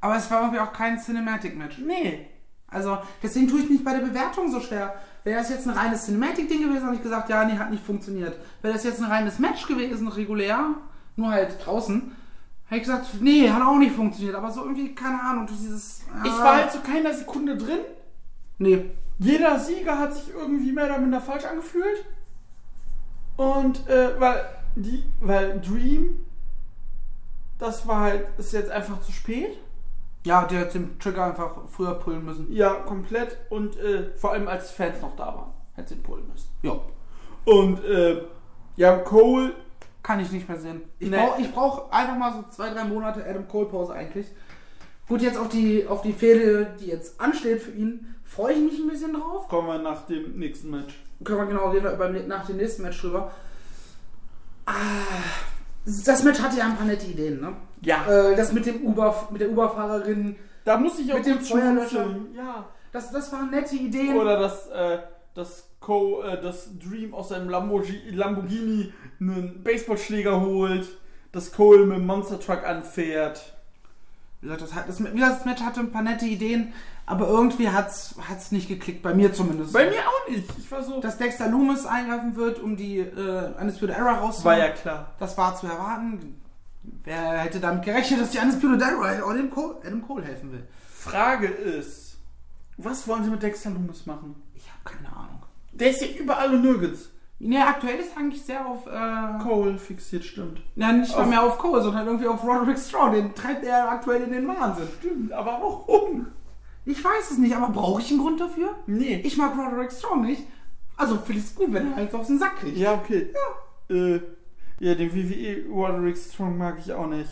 S3: Aber es war irgendwie auch kein Cinematic-Match.
S2: Nee.
S3: Also, deswegen tue ich mich bei der Bewertung so schwer. Wäre das jetzt ein reines Cinematic-Ding gewesen, habe ich gesagt, ja, nee, hat nicht funktioniert. Wäre das jetzt ein reines Match gewesen, regulär, nur halt draußen, hätte ich gesagt, nee, hat auch nicht funktioniert. Aber so irgendwie, keine Ahnung, durch dieses.
S2: Ich
S3: ah,
S2: war halt zu keiner Sekunde drin.
S3: Nee.
S2: Jeder Sieger hat sich irgendwie mehr oder minder falsch angefühlt. Und äh, weil die, weil Dream, das war halt, ist jetzt einfach zu spät.
S3: Ja, der hat den Trigger einfach früher pullen müssen.
S2: Ja, komplett. Und äh, vor allem als die Fans noch da waren, hätte sie ihn pullen müssen.
S3: Ja.
S2: Und äh, ja, Cole,
S3: Kann ich nicht mehr sehen. Ich
S2: Nee.
S3: brauche brauch einfach mal so zwei, drei Monate Adam Cole Pause eigentlich. Gut, jetzt auf die, auf die Fehde, die jetzt ansteht für ihn, freue ich mich ein bisschen drauf.
S2: kommen wir nach dem nächsten Match.
S3: Können wir genau reden, beim, nach dem nächsten Match drüber. Ah, das Match hatte ja ein paar nette Ideen, ne?
S2: Ja.
S3: Äh, das mit dem Uber, mit der Uberfahrerin,
S2: Da muss ich auch
S3: Mit dem
S2: kurz
S3: Feuerlöscher.
S2: schmunzeln. Ja.
S3: das, das waren nette Ideen.
S2: Oder dass äh, das Co, äh, das Dream aus seinem Lamborghi- Lamborghini einen Baseballschläger holt, dass Cole mit dem Monster Truck anfährt.
S3: Wie gesagt, das, hat, das, wie gesagt, das Match hatte ein paar nette Ideen, aber irgendwie hat's, hat's nicht geklickt, bei mir zumindest.
S2: Bei mir auch nicht. Ich war so.
S3: Dass Dexter Loomis eingreifen wird, um die äh, Undisputed Era
S2: war
S3: rauszuholen.
S2: ja klar.
S3: Das war zu erwarten. Wer hätte damit gerechnet, dass die Undisputed Era auch dem Cole, Adam Cole helfen will?
S2: Frage ist, was wollen sie mit Dexter Loomis machen?
S3: Ich habe keine Ahnung.
S2: Der ist ja überall und nirgends.
S3: Ja, aktuell ist eigentlich sehr auf. Äh,
S2: Cole fixiert, stimmt.
S3: ja, nicht mal
S2: Auf-
S3: mehr auf Cole, sondern irgendwie auf Roderick Strong. Den treibt er aktuell in den Wahnsinn.
S2: Stimmt, aber warum?
S3: Ich weiß es nicht, aber brauche ich einen Grund dafür?
S2: Nee.
S3: Ich mag Roderick Strong nicht. Also finde ich es gut, wenn er eins auf den Sack kriegt.
S2: ja, okay. Ja. Äh, ja, den WWE Roderick Strong mag ich auch nicht.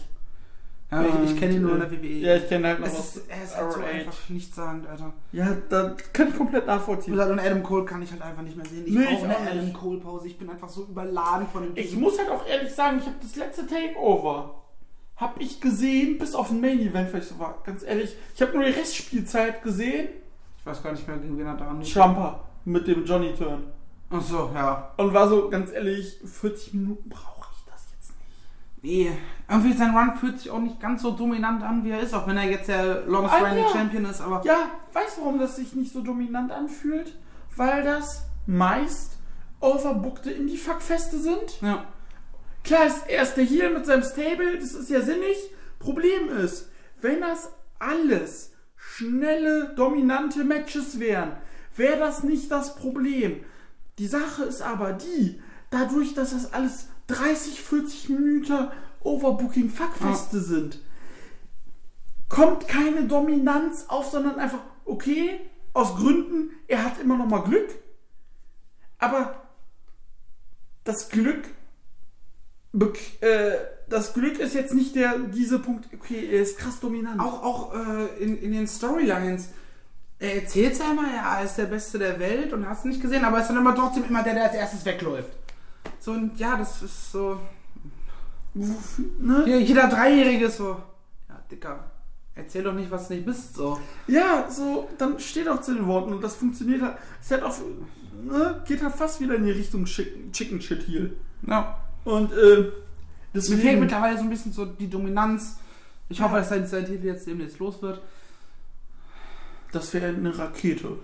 S3: Ja, ich, ich kenne ihn nur in
S2: Und, äh,
S3: der WWE.
S2: Ja, ich kenne halt noch
S3: E. es ist, er ist halt so
S2: ROH.
S3: einfach nichtssagend, Alter.
S2: Ja, das kann ich komplett
S3: Wie
S2: nachvollziehen.
S3: gesagt, Und Adam Cole kann ich halt einfach nicht mehr sehen. Ich
S2: Nee, ich
S3: brauche eine
S2: auch nicht.
S3: Adam Cole-Pause. Ich bin einfach so überladen von dem
S2: Ich
S3: Typen.
S2: muss halt auch ehrlich sagen, ich habe das letzte Takeover hab ich gesehen, bis auf ein Main Event, weil ich so war. Ganz ehrlich, ich habe nur die Restspielzeit gesehen.
S3: Ich weiß gar nicht mehr, gegen wen er da nicht.
S2: Schlamper mit dem Johnny Turn
S3: Achso, ja.
S2: und war so ganz ehrlich, 40 Minuten brauche ich das jetzt nicht.
S3: Nee. Irgendwie sein Run fühlt sich auch nicht ganz so dominant an, wie er ist. Auch wenn er jetzt der longest
S2: Ah,
S3: reigning
S2: ja.
S3: Champion ist. Aber
S2: Ja, weißt du, warum das sich nicht so dominant anfühlt? Weil das meist overbookte in die Fuckfeste sind.
S3: ja.
S2: Klar ist er ist der Heel mit seinem Stable, das ist ja sinnig. Problem ist, wenn das alles schnelle, dominante Matches wären, wäre das nicht das Problem. Die Sache ist aber die, dadurch, dass das alles 30, 40 Minuten Overbooking-Fuckfeste sind, kommt keine Dominanz auf, sondern einfach, okay, aus Gründen, er hat immer noch mal Glück, aber das Glück bek- äh, das Glück ist jetzt nicht der diese Punkt, okay, er ist krass dominant.
S3: Auch, auch äh, in, in den Storylines. Er erzählt ja immer, er ist der Beste der Welt und hast nicht gesehen, aber ist dann immer trotzdem immer der, der als erstes wegläuft. So, und ja, das ist so.
S2: Wofür, ne?
S3: Jeder, jeder Dreijährige ist so. Ja, Dicker, erzähl doch nicht, was du nicht bist, so.
S2: Ja, so, dann steht auch zu den Worten und das funktioniert halt. Ist halt auch, ne, geht halt fast wieder in die Richtung Chicken, Chicken Shit Heel.
S3: Ja.
S2: Und, ähm,
S3: Mir fehlt
S2: deswegen.
S3: mittlerweile so ein bisschen so die Dominanz. Ich hoffe, dass sein sein Titel jetzt demnächst los wird.
S2: Das wäre eine Rakete.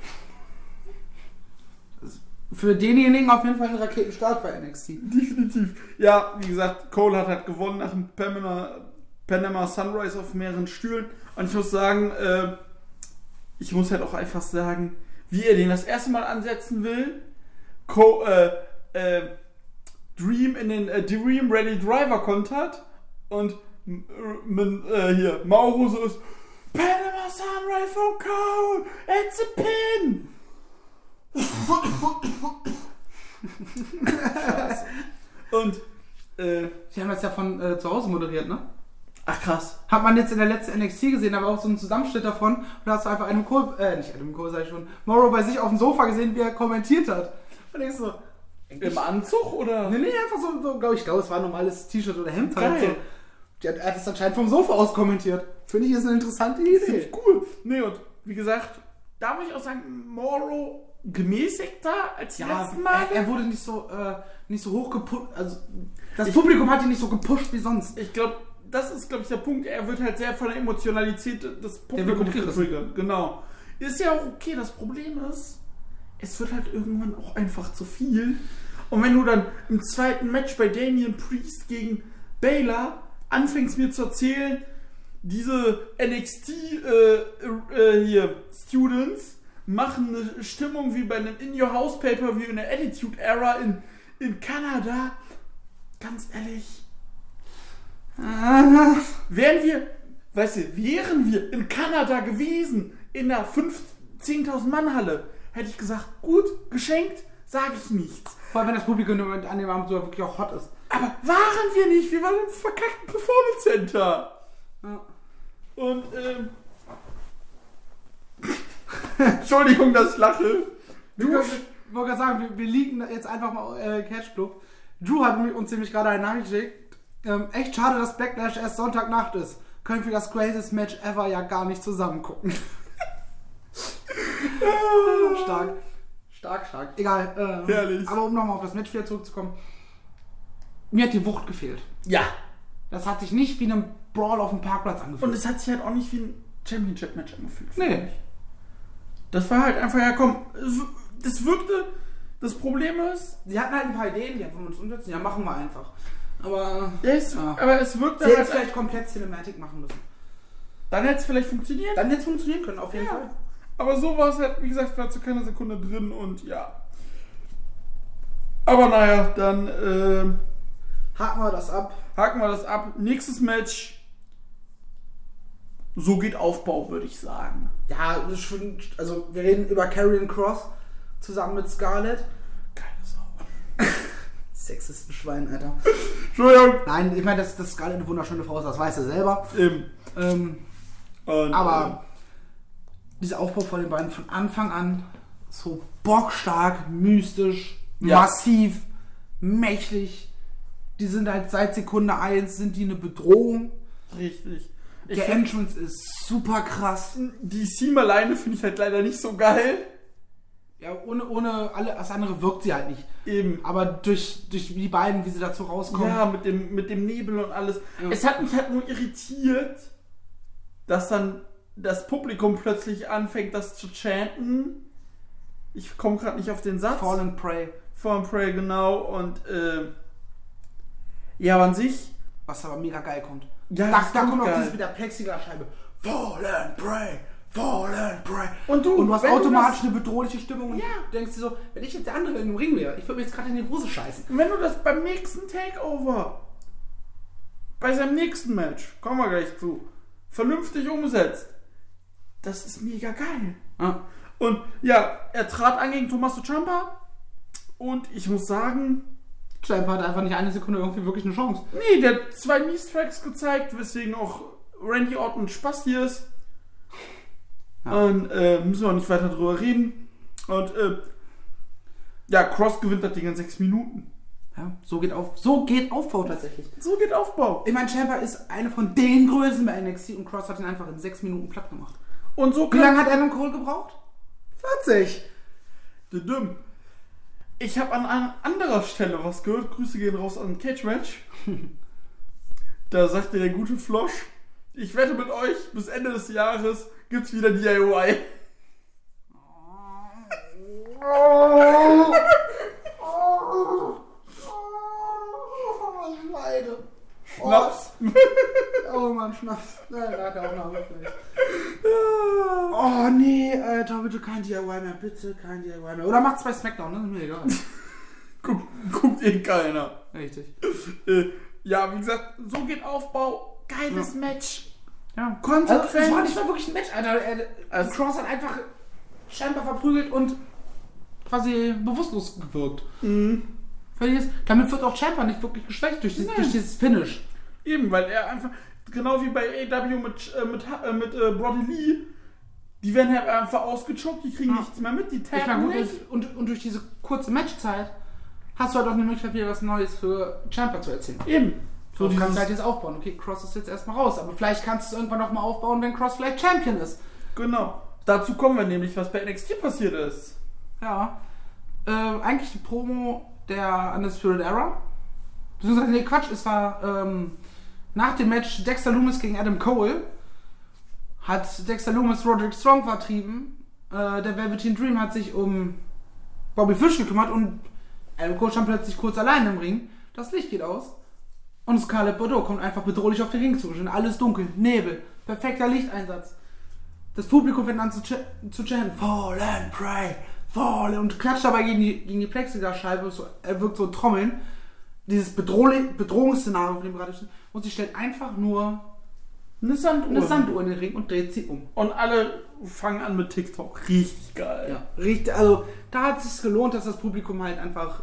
S3: Für denjenigen auf jeden Fall ein Raketenstart bei NXT.
S2: Definitiv. Ja, wie gesagt, Cole hat halt gewonnen nach dem Panama, Panama Sunrise auf mehreren Stühlen. Und ich muss sagen, äh, ich muss halt auch einfach sagen, wie er den das erste Mal ansetzen will. Co äh, äh, Dream in den äh, Dream Ready Driver kontert und m- äh, min- äh, hier Mauro so ist Panama Sunrise from Cole, it's a pin. [LAUGHS] Und äh,
S3: Sie haben das ja von äh, zu Hause moderiert, ne?
S2: ach krass,
S3: Hat man jetzt in der letzten NXT gesehen, aber auch so einen Zusammenschnitt davon. Und da hast du einfach Adam Cole, äh, nicht Adam Cole, sag ich schon, Morrow bei sich auf dem Sofa gesehen, wie er kommentiert hat. Und ich so,
S2: im Anzug oder?
S3: nee, nee, einfach so, so glaube ich, glaube, es war ein normales T-Shirt oder Hemd halt.
S2: Geil.
S3: So. Die hat, er hat es anscheinend vom Sofa aus kommentiert. Finde ich, ist eine interessante Idee.
S2: cool. Nee, und wie gesagt, da muss ich auch sagen, Moro gemäßigter als die letzten Mal.
S3: er, er wurde nicht so, äh, nicht so hoch gepusht, also das Publikum hat ihn nicht so gepusht
S2: [LAUGHS]
S3: wie sonst.
S2: Ich glaube, das ist, glaube ich, der Punkt. Er wird halt sehr von der Emotionalität des Publikums
S3: mitgerissen.
S2: getriggert. Genau. Ist ja auch okay. Das Problem ist, es wird halt irgendwann auch einfach zu viel. Und wenn du dann im zweiten Match bei Damien Priest gegen Baylor anfängst mir zu erzählen, diese NXT äh, äh, hier Students machen eine Stimmung wie bei einem In Your House Paper wie in der Attitude Era in, in Kanada. Ganz ehrlich, Äh, Wären wir, weißt du, wären wir in Kanada gewesen, in einer 5 10.000 Mann Halle, hätte ich gesagt, gut, geschenkt, sage ich nichts.
S3: Vor allem, wenn das Publikum an dem Abend so wirklich auch hot ist.
S2: Aber waren wir nicht, wir waren im verkackten Performance Center.
S3: Ja.
S2: Und, ähm... [LAUGHS] Entschuldigung, dass ich lache.
S3: Du, ich wollte gerade sagen, wir, wir liegen jetzt einfach mal äh, Catch Club. Drew hat mi- uns nämlich gerade eine Nachricht geschickt. Ähm, echt schade, dass Backlash erst Sonntagnacht ist. Können wir das craziest Match ever ja gar nicht zusammen [LAUGHS] gucken. stark. Stark, stark. Egal. Ähm,
S2: Herrlich.
S3: Aber um nochmal auf das Match wieder zurückzukommen. Mir hat die Wucht gefehlt.
S2: Ja.
S3: Das hat sich nicht wie ein Brawl auf dem Parkplatz angefühlt.
S2: Und es hat sich halt auch nicht wie ein Championship-Match angefühlt.
S3: nee.
S2: Das war halt einfach, ja komm, es w- das wirkte. Das Problem ist,
S3: Sie hatten halt ein paar Ideen, die haben wir uns umsetzen. Ja, machen wir einfach. Aber äh,
S2: es,
S3: Ah. Ja.
S2: aber es wirkte
S3: sie hätten
S2: halt.
S3: vielleicht komplett Cinematic machen müssen.
S2: Dann hätte es vielleicht funktioniert.
S3: Dann hätte es funktionieren können, auf jeden
S2: Ja.
S3: Fall.
S2: Aber so war es halt, wie gesagt, war zu keiner Sekunde drin und ja. Aber naja, dann ähm,
S3: Haken wir das ab.
S2: haken wir das ab. Nächstes Match. So geht Aufbau, würde ich sagen.
S3: Ja, das ist schon, also wir reden über Carrion Cross zusammen mit Scarlett.
S2: Keine Sau.
S3: Sexisten Schwein, Alter.
S2: Entschuldigung.
S3: Nein, ich meine, dass, dass Scarlett eine wunderschöne Frau ist, das weiß er selber.
S2: Ähm,
S3: Ähm,
S2: und,
S3: aber dieser Aufbau von den beiden von Anfang an so bockstark, mystisch,
S2: Ja.
S3: massiv, mächtig. Die sind halt seit Sekunde 1 sind die eine Bedrohung.
S2: ähm, richtig. Ich
S3: Der
S2: find,
S3: Entrance ist super krass.
S2: die Seam alleine finde ich halt leider nicht so geil.
S3: Ja, ohne, ohne alle, das andere wirkt sie halt nicht.
S2: Eben.
S3: Aber durch, durch die beiden, wie sie dazu rauskommen.
S2: Ja, mit dem, mit dem Nebel und alles.
S3: Ja.
S2: Es hat mich halt nur irritiert, dass dann das Publikum plötzlich anfängt, das zu chanten. Ich komme gerade nicht auf den Satz.
S3: Fallen Prey.
S2: Fallen Prey, genau. Und äh, ja, aber an sich.
S3: Was aber mega geil kommt.
S2: Ja,
S3: da
S2: das
S3: da
S2: kommt
S3: kommt auch
S2: geil.
S3: dieses mit der Plexiglasscheibe. Fallen Prey! Fallen Prey!
S2: Und du,
S3: Und du hast
S2: wenn du
S3: automatisch eine bedrohliche Stimmung und
S2: Ja.
S3: du denkst dir so, wenn ich jetzt der andere in dem Ring wäre, ich würde mir jetzt gerade in die Hose scheißen.
S2: das, wenn du das beim nächsten Takeover, bei seinem nächsten Match, kommen wir gleich zu, vernünftig umsetzt, das ist mega geil. Und ja, er trat an gegen Tommaso Ciampa. Und ich muss sagen,
S3: Champa hat einfach nicht eine Sekunde irgendwie wirklich eine Chance.
S2: nee, der hat zwei Mies-Tracks gezeigt, weswegen auch Randy Orton Spaß hier ist.
S3: Ja.
S2: Und äh, müssen wir auch nicht weiter drüber reden. Und äh, ja, Cross gewinnt das Ding in sechs Minuten.
S3: Ja, so geht auf, so geht Aufbau tatsächlich.
S2: So geht Aufbau.
S3: Ich meine, Champa ist eine von den Größen bei NXT und Cross hat ihn einfach in sechs Minuten platt gemacht.
S2: Und so
S3: Wie lange hat Adam Cole gebraucht? 40.
S2: Düdüm. Ich habe an, an anderer Stelle was gehört. Grüße gehen raus an Cage
S3: [LAUGHS]
S2: Match. da sagte der gute Flosch, ich wette mit euch, bis Ende des Jahres gibt's wieder DIY.
S3: Oh, ich leide.
S2: Schnaps.
S3: Oh Mann, Schnaps. Nein, da hat er auch noch vielleicht. Oh nee, Alter, bitte kein DIY mehr, bitte kein DIY mehr. Oder macht's bei Smackdown, ne? Ist mir [LAUGHS] egal.
S2: Guck, guckt eh keiner.
S3: Richtig.
S2: Äh, ja, wie gesagt, so geht Aufbau. Geiles Match.
S3: Ja. Also, es
S2: Konsequent.
S3: war nicht mal wirklich ein Match, Alter. Er,
S2: Also-
S3: Cross hat einfach scheinbar verprügelt und quasi bewusstlos gewirkt.
S2: Mhm.
S3: Völliges- Damit wird auch Champa nicht wirklich geschwächt durch, dieses-
S2: Nein.
S3: durch dieses Finish.
S2: Eben, weil er einfach, genau wie bei AW mit, äh, mit, Ha- äh, mit äh, Brody Lee, die werden halt einfach ausgechockt, die kriegen
S3: Ja.
S2: nichts mehr mit, die
S3: Ich meine,
S2: tappen
S3: gut,
S2: nicht.
S3: durch, und, und durch diese kurze Matchzeit hast du halt auch eine Möglichkeit, wieder was Neues für Champa zu erzählen.
S2: Eben.
S3: So, du kannst
S2: dieses-
S3: halt jetzt aufbauen. Okay, Cross ist jetzt erstmal raus, aber vielleicht kannst du es irgendwann nochmal aufbauen, wenn Cross vielleicht Champion ist.
S2: Genau. Dazu kommen wir nämlich, was bei NXT passiert ist.
S3: Ja. Äh, eigentlich die Promo der Undisputed Era. Beziehungsweise, nee, Quatsch, es war ähm, nach dem Match Dexter Loomis gegen Adam Cole. Hat Dexter Loomis Roderick Strong vertrieben. Äh, der Velveteen Dream hat sich um Bobby Fish gekümmert und Adam Cole stand plötzlich kurz allein im Ring. Das Licht geht aus. Und Scarlett Bordeaux kommt einfach bedrohlich auf den Ring zu. Schon alles dunkel, Nebel, perfekter Lichteinsatz. Das Publikum fängt an zu, ch zu chanten. Fallen, pray, fallen. Und klatscht dabei gegen die, gegen die Plexiglasscheibe. So, er wirkt so ein Trommeln. Dieses bedrohlich, Bedrohungsszenario, von dem wir gerade stehen. Und sie stellt einfach nur
S2: Eine Sanduhr.
S3: eine Sanduhr in den Ring und dreht sie um.
S2: Und alle fangen an mit TikTok. Richtig geil.
S3: Ja, richtig. Also, da hat es sich gelohnt, dass das Publikum halt einfach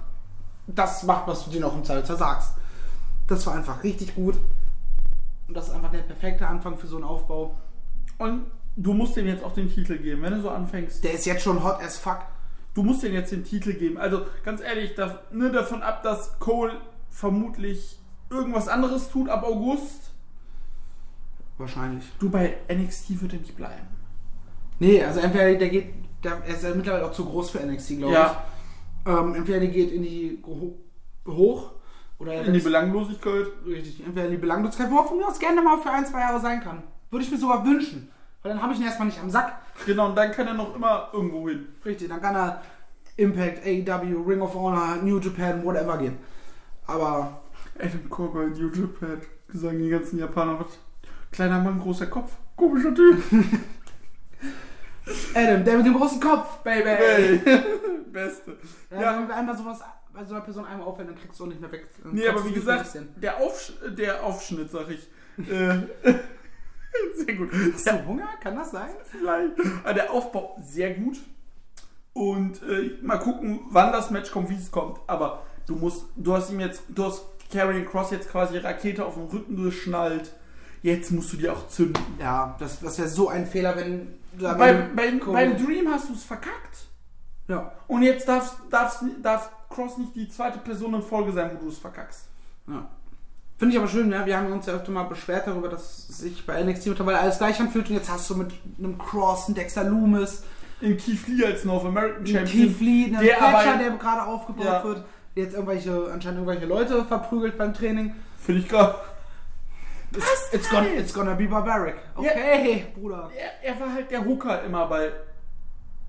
S3: das macht, was du dir noch im Zweifelsfall sagst. Das war einfach richtig gut. Und das ist einfach der perfekte Anfang für so einen Aufbau.
S2: Und du musst dem jetzt auch den Titel geben, wenn du so anfängst.
S3: Der ist jetzt schon hot as fuck.
S2: Du musst dem ne, jetzt den Titel geben. Also ganz ehrlich, da, nur davon ab, dass Cole vermutlich irgendwas anderes tut ab August.
S3: Wahrscheinlich.
S2: Du, bei NXT wird er nicht bleiben.
S3: Nee, also entweder der geht, der, er ist ja mittlerweile auch zu groß für NXT, glaube
S2: Ja.
S3: ich. Ähm, entweder der geht in die Ho- hoch oder
S2: In die Belanglosigkeit.
S3: richtig, entweder in die Belanglosigkeit, wo er von mir aus gerne mal für ein, zwei Jahre sein kann. Würde ich mir sogar wünschen. Weil dann habe ich ihn erstmal nicht am Sack.
S2: Genau, und dann kann er noch immer irgendwo hin.
S3: Richtig, dann kann er Impact, AEW, Ring of Honor, New Japan, whatever gehen. Aber
S2: Adam Cole in New Japan. Die sagen die ganzen Japaner, was? Kleiner Mann, großer Kopf. Komischer Typ.
S3: Adam, der mit dem großen Kopf, Baby!
S2: Hey. [LAUGHS] Beste.
S3: Ja,
S2: Ja.
S3: wenn wir einmal sowas bei so einer Person einmal aufhören, dann kriegst du auch nicht mehr weg. Dann
S2: Nee,
S3: kannst
S2: aber
S3: du
S2: wie
S3: nicht mehr
S2: gesagt,
S3: wechseln.
S2: der, Aufsch der Aufschnitt, sag ich. Äh, [LAUGHS] sehr gut.
S3: Hast
S2: Der,
S3: du Hunger? Kann das sein?
S2: Vielleicht. Aber der Aufbau sehr gut. Und äh, mal gucken, wann das Match kommt, wie es kommt. Aber du musst, du hast ihm jetzt, du hast Karrion Cross jetzt quasi Rakete auf dem Rücken geschnallt. Jetzt musst du die auch zünden.
S3: Ja, das, das wäre so ein Fehler, wenn du da
S2: Beim, beim,
S3: Cole-
S2: beim Dream hast du es verkackt.
S3: ja.
S2: Und jetzt darfst, darfst, darf Cross nicht die zweite Person in Folge sein, wo du es verkackst.
S3: ja. Finde ich aber schön, ne? wir haben uns ja öfter mal beschwert darüber, dass sich bei NXT mittlerweile alles gleich anfühlt und jetzt hast du mit einem Cross, einen Dexter Loomis,
S2: In Keith Lee als North American
S3: einen
S2: Champion.
S3: Keith Lee, einen
S2: der aber-
S3: Thatcher, der gerade aufgebaut
S2: Ja.
S3: wird, der jetzt irgendwelche, anscheinend irgendwelche Leute verprügelt beim Training.
S2: Finde ich klar.
S3: It's, it's, gonna, it's gonna be barbaric. Okay, Bruder.
S2: Er, er war halt der Hooker immer bei.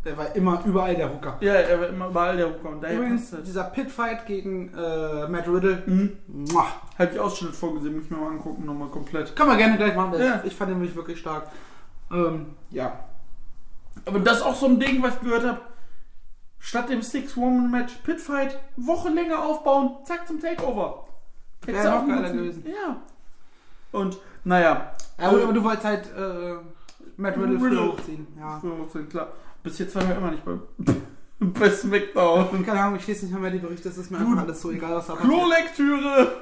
S3: Der war immer überall der Hooker.
S2: Ja, er war immer überall der Hooker. Und daher
S3: Übrigens,
S2: passt das.
S3: dieser Pitfight gegen äh, Matt Riddle,
S2: Mhm.
S3: Mua.
S2: Hab ich Ausschnitt vorgesehen, muss ich mir mal angucken, nochmal komplett.
S3: kann man gerne gleich machen. der-
S2: Ja.
S3: Ich fand den nämlich wirklich stark. Ähm, ja.
S2: Aber das ist auch so ein Ding, was ich gehört habe. Statt dem Six-Woman-Match Pitfight, Woche länger aufbauen, zack zum Takeover.
S3: Wäre noch geiler
S2: nutzen-
S3: gewesen.
S2: Ja. Und, naja.
S3: Ja, gut, aber du wolltest halt äh, Matt Riddle früher
S2: Also- Riddle.
S3: hochziehen. Ja.
S2: Früher sind klar. Bis jetzt waren wir immer nicht bei, [LAUGHS] bei SmackDown.
S3: Keine Ahnung, ich lese nicht mehr, mehr die Berichte, es ist mir einfach alles so egal, was da passiert.
S2: Klolektüre!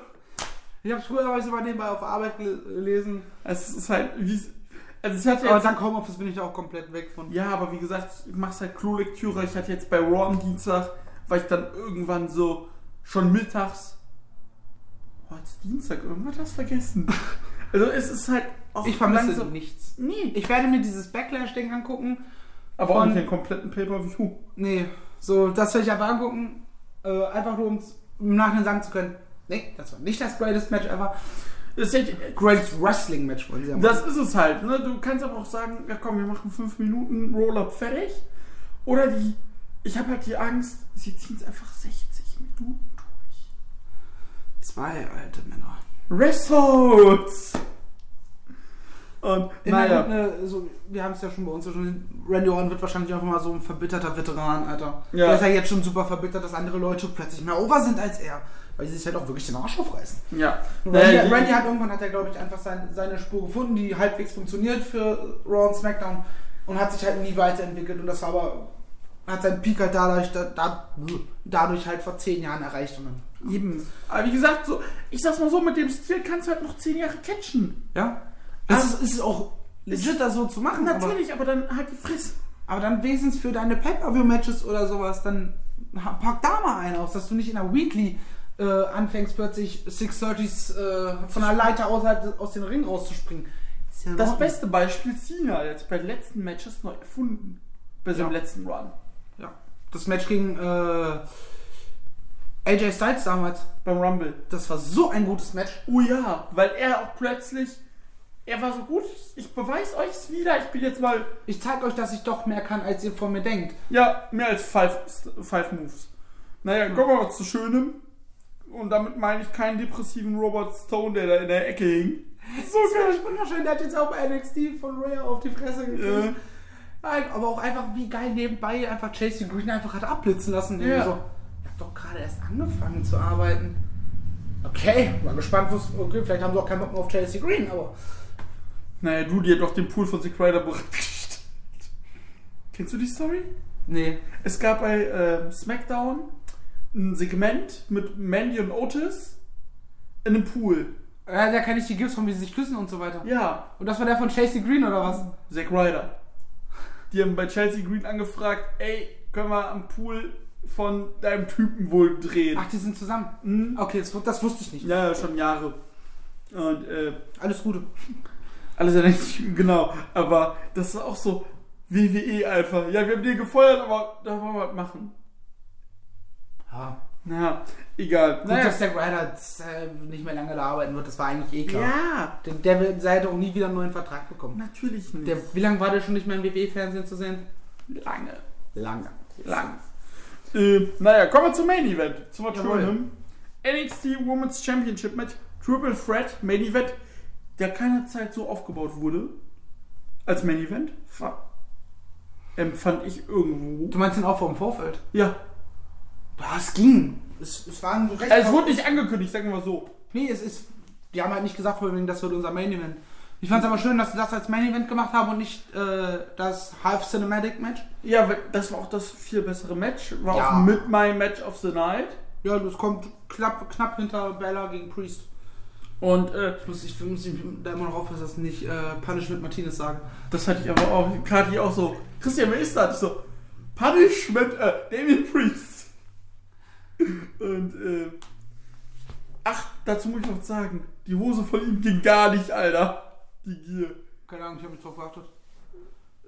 S3: Ich habe früher hab ich's immer nebenbei auf der Arbeit gel- gelesen,
S2: Es ist halt, wie. Also, es hat
S3: aber
S2: jetzt
S3: dank Homeoffice bin ich da auch komplett weg von.
S2: Ja, aber wie gesagt, ich mach's halt Klolektüre. Ich hatte jetzt bei Raw am Dienstag, weil ich dann irgendwann so schon mittags. Oh, jetzt ist Dienstag, irgendwas hast du vergessen.
S3: [LAUGHS]
S2: Also es ist halt auch
S3: Ich vermisse
S2: langsam-
S3: nichts.
S2: Nee,
S3: Ich werde mir dieses Backlash-Ding angucken,
S2: aber auch
S3: von-
S2: nicht den kompletten Pay-Per-View.
S3: Nee, so, das will ich einfach angucken. Äh, einfach nur, um im Nachhinein sagen zu können, nee, das war nicht das greatest Match ever.
S2: Das ist echt-
S3: Greatest Wrestling Match wollen sie ja machen.
S2: Das ist es halt. Ne? Du kannst aber auch sagen, ja komm, wir machen 5 Minuten Roll-Up fertig. Oder die, ich habe halt die Angst, sie ziehen es einfach 60 Minuten durch.
S3: Zwei alte Männer.
S2: Wrestles! Und
S3: Naja.
S2: naja.
S3: Ne, so, wir haben es ja schon bei uns ja schon. Randy Orton wird wahrscheinlich einfach mal so ein verbitterter Veteran, Alter.
S2: Ja.
S3: Der ist ja jetzt schon super verbittert, dass andere Leute plötzlich mehr over sind als er. Weil sie sich halt auch wirklich den Arsch aufreißen.
S2: Ja.
S3: Und
S2: Naja,
S3: Randy,
S2: die-
S3: Randy hat irgendwann, hat er glaube ich, einfach sein, seine Spur gefunden, die halbwegs funktioniert für Raw und SmackDown und hat sich halt nie weiterentwickelt. Und das war aber, hat seinen Peak halt dadurch, da, da, dadurch halt vor zehn Jahren erreicht. Und dann,
S2: Eben. Aber wie gesagt, so, ich sag's mal so, mit dem Stil kannst du halt noch 10 Jahre catchen.
S3: ja.
S2: Aber-
S3: Es ist, Also es ist auch legit, das so zu machen.
S2: Natürlich, aber, dann halt die Fresse.
S3: Aber, aber dann wenigstens für deine Pay-Per-View-Matches oder sowas, dann ha- pack da mal einen aus, dass du nicht in der Weekly äh, anfängst, plötzlich 630s äh, von der Leiter außerhalb des- aus dem Ring rauszuspringen. Ist ja in
S2: Das
S3: Ordnung.
S2: beste Beispiel Cena, der hat sich bei den letzten Matches neu erfunden. Bei seinem letzten Run.
S3: Ja. Das Match gegen äh, AJ Styles damals,
S2: Beim Rumble.
S3: das war so ein gutes Match.
S2: Oh ja, weil er auch plötzlich. Er war so gut, ich beweis euch's wieder, ich bin jetzt mal.
S3: Ich zeige euch, dass ich doch mehr kann, als ihr von mir denkt.
S2: Ja, mehr als five, five Moves. Naja, kommen wir mal zu Schönem. Und damit meine ich keinen depressiven Robert Stone, der da in der Ecke hing. So geil.
S3: ist wunderschön. Der hat jetzt auch bei NXT von Rhea auf die Fresse
S2: Ja.
S3: gekriegt. Nein, aber auch einfach, wie geil nebenbei einfach Chasing Green einfach hat abblitzen lassen.
S2: Ja.
S3: Ja. So, ich hab doch gerade erst angefangen zu arbeiten. Okay, mal gespannt, wo es. Okay, vielleicht haben sie auch keinen Bock mehr auf Chasing Green, aber.
S2: Naja, du, die hat doch den Pool von Zack Ryder bereitgestellt. Kennst du die Story?
S3: Nee.
S2: Es gab bei ähm, SmackDown ein Segment mit Mandy und Otis in einem Pool.
S3: Ja, da Äh, kann ich die Gifts von, wie sie sich küssen und so weiter.
S2: Ja,
S3: Und das war der von Chasey Green oder was?
S2: Zack Ryder. Die haben bei Chelsea Green angefragt, ey, können wir am Pool von deinem Typen wohl drehen.
S3: Ach, die sind zusammen.
S2: Mhm.
S3: Okay, das, wu- das wusste ich nicht.
S2: Ja, ja, schon Jahre. Und äh,
S3: Alles Gute.
S2: alles an den Typen, genau. Aber das ist auch so WWE einfach. Ja, wir haben den gefeuert, aber da wollen wir was machen.
S3: Ja.
S2: Na, egal.
S3: Gut, dass Zack Ryder jetzt, äh, nicht mehr lange da arbeiten wird, das war eigentlich eh klar.
S2: ja,
S3: Der, der wird- der hätte auch nie wieder einen neuen Vertrag bekommen.
S2: natürlich nicht.
S3: Der, wie lange war der schon nicht mehr im WWE-Fernsehen zu sehen?
S2: lange.
S3: Lange.
S2: lang. Äh, naja, kommen wir zum Main Event. Zu was
S3: Jawohl.
S2: Schönem. NXT Women's Championship Match. Triple Threat Main Event, der keinerzeit so aufgebaut wurde als Main Event. Fa- Empfand ich irgendwo.
S3: Du meinst den auch vom Vorfeld?
S2: Ja.
S3: Ja, es ging. Es, es war ein recht.
S2: Also, es wurde nicht angekündigt, sagen wir mal so.
S3: nee, es ist. Die haben halt nicht gesagt, von wegen, das wird unser Main Event. Ich fand es aber schön, dass sie das als Main Event gemacht haben und nicht äh, das Half Cinematic Match.
S2: Ja, weil das war auch das viel bessere Match. War
S3: Ja.
S2: auch mit mein Match of the Night.
S3: Ja, das kommt knapp, knapp hinter Bella gegen Priest.
S2: Und äh,
S3: Muss ich muss ich da immer noch aufpassen, dass nicht äh, Punishment Martinez sagen.
S2: das hatte ich aber auch, Kati auch so. Christian, wer ist das? Ich so, Punishment, äh, Damien Priest. Und, äh, ach, dazu muss ich noch sagen, die Hose von ihm ging gar nicht, Alter. Die Gier.
S3: Keine Ahnung, ich habe mich drauf geachtet.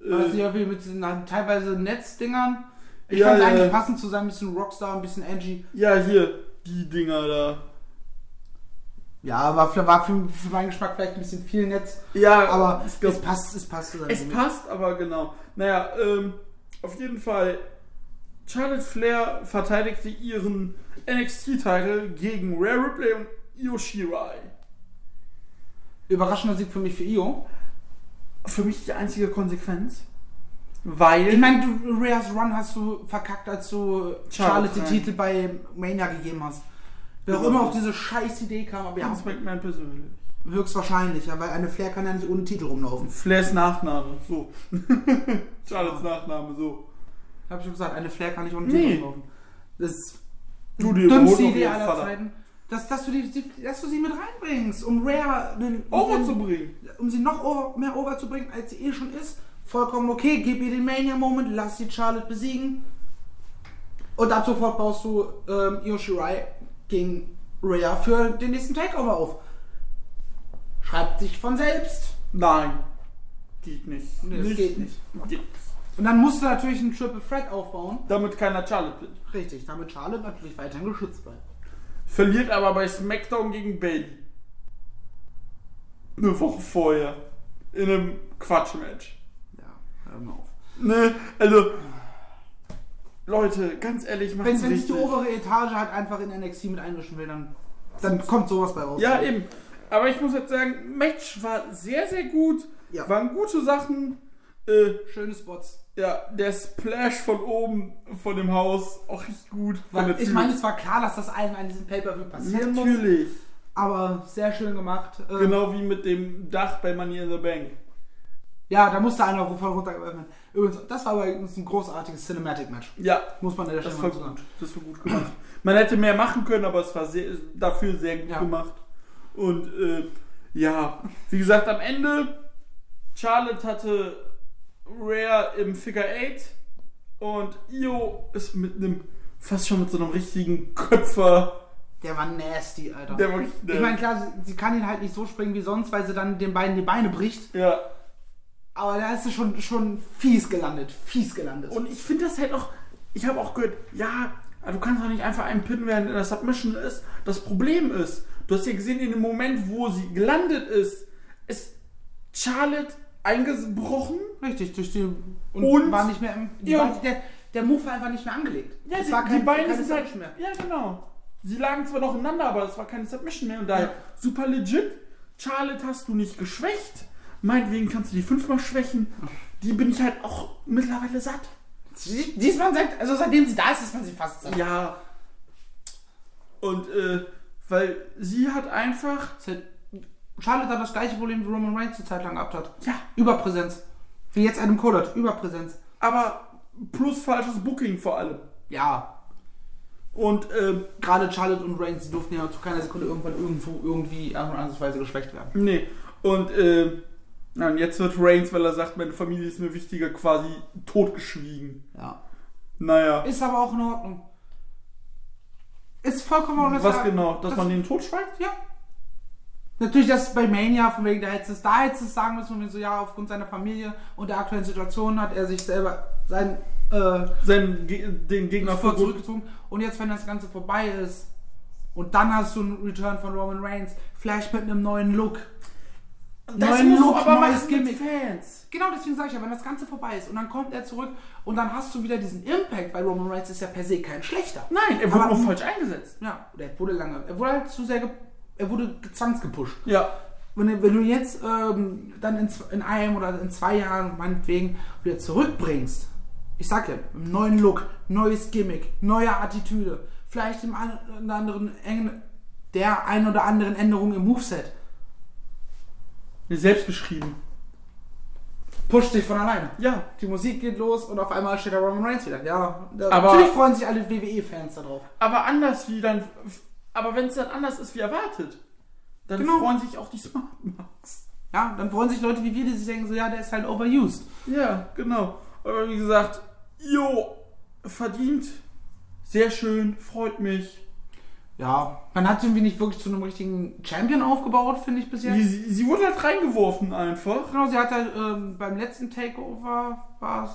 S3: War das
S2: Äh,
S3: nicht irgendwie mit diesen na, teilweise Netzdingern? Ich
S2: Ja,
S3: fand's
S2: ja,
S3: eigentlich
S2: ja.
S3: passend zu sein, ein bisschen Rockstar, ein bisschen Angie.
S2: ja, hier, die Dinger da.
S3: Ja, war, für- war für, für meinen Geschmack vielleicht ein bisschen viel Netz,
S2: Ja,
S3: aber
S2: ich
S3: es,
S2: glaub-
S3: passt, es passt zu seinem
S2: Es
S3: Gimmick.
S2: passt aber genau. Naja, ähm, auf jeden Fall, Charlotte Flair verteidigte ihren NXT-Titel gegen Rare Ripley und Io Shirai.
S3: Überraschender Sieg für mich für Io.
S2: Für mich die einzige Konsequenz.
S3: Ich
S2: Weil.
S3: meine, du Rheas Run hast du verkackt, als du Charlotte
S2: Charlotte
S3: den
S2: rein.
S3: Titel bei Mania gegeben hast. Wer auch
S2: Ja.
S3: immer auf diese scheiß Idee kam, aber ja,
S2: Vince McMahon persönlich.
S3: höchstwahrscheinlich, ja, weil eine Flair kann ja nicht ohne Titel rumlaufen.
S2: Flairs Nachname, so. [LAUGHS] Charlottes Nachname, so.
S3: Hab ich schon gesagt, eine Flair kann nicht ohne
S2: Nee.
S3: Titel rumlaufen. Das ist
S2: Du, die
S3: dümmste
S2: überholt noch
S3: Idee
S2: ihren
S3: aller
S2: Vater.
S3: Zeiten. Dass, dass, du die, die, dass du sie mit reinbringst, um Rare den, um,
S2: Over
S3: den-
S2: zu bringen.
S3: um sie noch over, mehr over zu bringen, als sie eh schon ist. Vollkommen okay, gib ihr den Mania-Moment, lass die Charlotte besiegen. Und ab sofort baust du ähm, Io Shirai gegen Rare für den nächsten Takeover auf. Schreibt sich von selbst.
S2: Nein. Geht nicht.
S3: Nee, das geht nicht.
S2: Geht. nicht.
S3: Und dann musst du natürlich einen Triple Threat aufbauen.
S2: Damit keiner Charlotte wird.
S3: Richtig, damit Charlotte natürlich weiterhin geschützt bleibt.
S2: Verliert aber bei SmackDown gegen Bailey. Eine Woche vorher. In einem Quatschmatch.
S3: Ja, hör mal auf.
S2: Ne? Also. Leute, ganz ehrlich, macht's
S3: Wenn wenn sich die
S2: richtig.
S3: obere Etage halt einfach in NXT mit einmischen will, dann, dann kommt sowas bei raus.
S2: Ja, eben. Aber ich muss jetzt sagen, Match war sehr, sehr gut.
S3: Ja.
S2: Waren gute Sachen. Äh,
S3: Schöne Spots.
S2: ja, der Splash von oben von dem Haus auch richtig gut. Von der
S3: ich
S2: Tür.
S3: meine, es war klar, dass das allen an diesem Pay-Per-View passieren muss,
S2: natürlich.
S3: aber sehr schön gemacht. Ähm,
S2: Genau wie mit dem Dach bei Money in the Bank.
S3: Ja, da musste einer voll runtergeworfen werden. Übrigens, das war übrigens ein großartiges Cinematic-Match.
S2: Ja,
S3: Muss man an der Stelle
S2: Das war
S3: mal so sagen.
S2: gut. Das war gut gemacht. Man hätte mehr machen können, aber es war sehr, dafür sehr gut
S3: Ja.
S2: gemacht. Und äh, ja, wie gesagt, am Ende Charlotte hatte Rare im Figure 8 und Io ist mit einem fast schon mit so einem richtigen Köpfer.
S3: Der war nasty, Alter.
S2: Der war richtig
S3: ich meine, klar, sie, sie kann ihn halt nicht so springen wie sonst, weil sie dann den beiden die Beine bricht.
S2: ja.
S3: Aber da ist sie schon, schon fies gelandet. Fies gelandet.
S2: Und ich finde das halt auch, ich habe auch gehört, ja, aber du kannst doch nicht einfach einen pinnen, während in der Submission ist. Das Problem ist, du hast ja gesehen, in dem Moment, wo sie gelandet ist, ist Charlotte eingebrochen.
S3: Richtig, durch die. Und,
S2: Und-
S3: war nicht mehr im. Die
S2: Ja.
S3: war, der, der Move war einfach nicht mehr angelegt.
S2: die, die Beine sind halt mehr. Ja, genau. Sie lagen zwar noch ineinander, aber es war keine Submission mehr. Und daher,
S3: Ja.
S2: super legit, Charlotte hast du nicht geschwächt. Meinetwegen kannst du die fünfmal schwächen. Die bin ich halt auch mittlerweile satt.
S3: Die, die ist man seit, also seitdem sie da ist, ist man sie fast satt.
S2: Ja. Und äh, weil sie hat einfach.
S3: Ist halt- Charlotte hat das gleiche Problem wie Roman Reigns zur Zeit lang gehabt hat.
S2: Ja,
S3: Überpräsenz. Wie jetzt Adam Cole hat. Überpräsenz.
S2: aber plus falsches Booking vor allem.
S3: Ja.
S2: Und ähm,
S3: Gerade Charlotte und Reigns, die durften ja zu keiner Sekunde irgendwann irgendwo irgendwie in einer anderen Weise geschwächt werden.
S2: nee. Und ähm, na, und jetzt wird Reigns, weil er sagt, meine Familie ist mir wichtiger, quasi totgeschwiegen.
S3: Ja.
S2: Naja.
S3: Ist aber auch in Ordnung. Ist vollkommen auch
S2: Was genau? Dass man den tot schweigt?
S3: Ja. Natürlich, das bei Mania, von wegen, da hättest du es, da hättest du es sagen müssen, und wir so, ja, aufgrund seiner Familie und der aktuellen Situation hat er sich selber sein äh,
S2: Seinen, Ge- den Gegner
S3: voll
S2: vor
S3: zurückgezogen. Und jetzt, wenn das Ganze vorbei ist und dann hast du einen Return von Roman Reigns, vielleicht mit einem neuen Look. neuen Look, neues Gimmick.
S2: Fans.
S3: Genau deswegen sage ich ja, wenn das Ganze vorbei ist und dann kommt er zurück und dann hast du wieder diesen Impact, weil Roman Reigns ist ja per se kein schlechter.
S2: Nein, er wurde
S3: Aber-
S2: nur falsch eingesetzt.
S3: Ja, oder er wurde lange, er wurde halt zu sehr, ge er wurde zwangsgepusht.
S2: Ja.
S3: Wenn, du- wenn du jetzt ähm, dann in, z- in einem oder in zwei Jahren meinetwegen wieder zurückbringst, ich sag ja, im neuen Look, neues Gimmick, neue Attitüde, vielleicht im ein oder anderen engen, der ein oder anderen Änderung im Moveset,
S2: Selbst beschrieben.
S3: pusht sich von alleine.
S2: Ja.
S3: Die Musik geht los und auf einmal steht der Roman Reigns wieder. Ja, da,
S2: Aber-
S3: natürlich freuen sich alle WWE-Fans darauf.
S2: Aber anders wie dann. Aber wenn es dann anders ist wie erwartet, dann
S3: Genau.
S2: freuen sich auch die Smartmarks.
S3: Ja, dann freuen sich Leute wie wir, die sich denken so, ja, der ist halt overused.
S2: Ja, genau. Aber wie gesagt, jo, verdient. Sehr schön, freut mich.
S3: Ja, man hat ihn nicht wirklich zu einem richtigen Champion aufgebaut, finde ich bis jetzt.
S2: Sie, sie sie wurde halt reingeworfen einfach.
S3: Genau, sie hat halt ähm, beim letzten Takeover war es.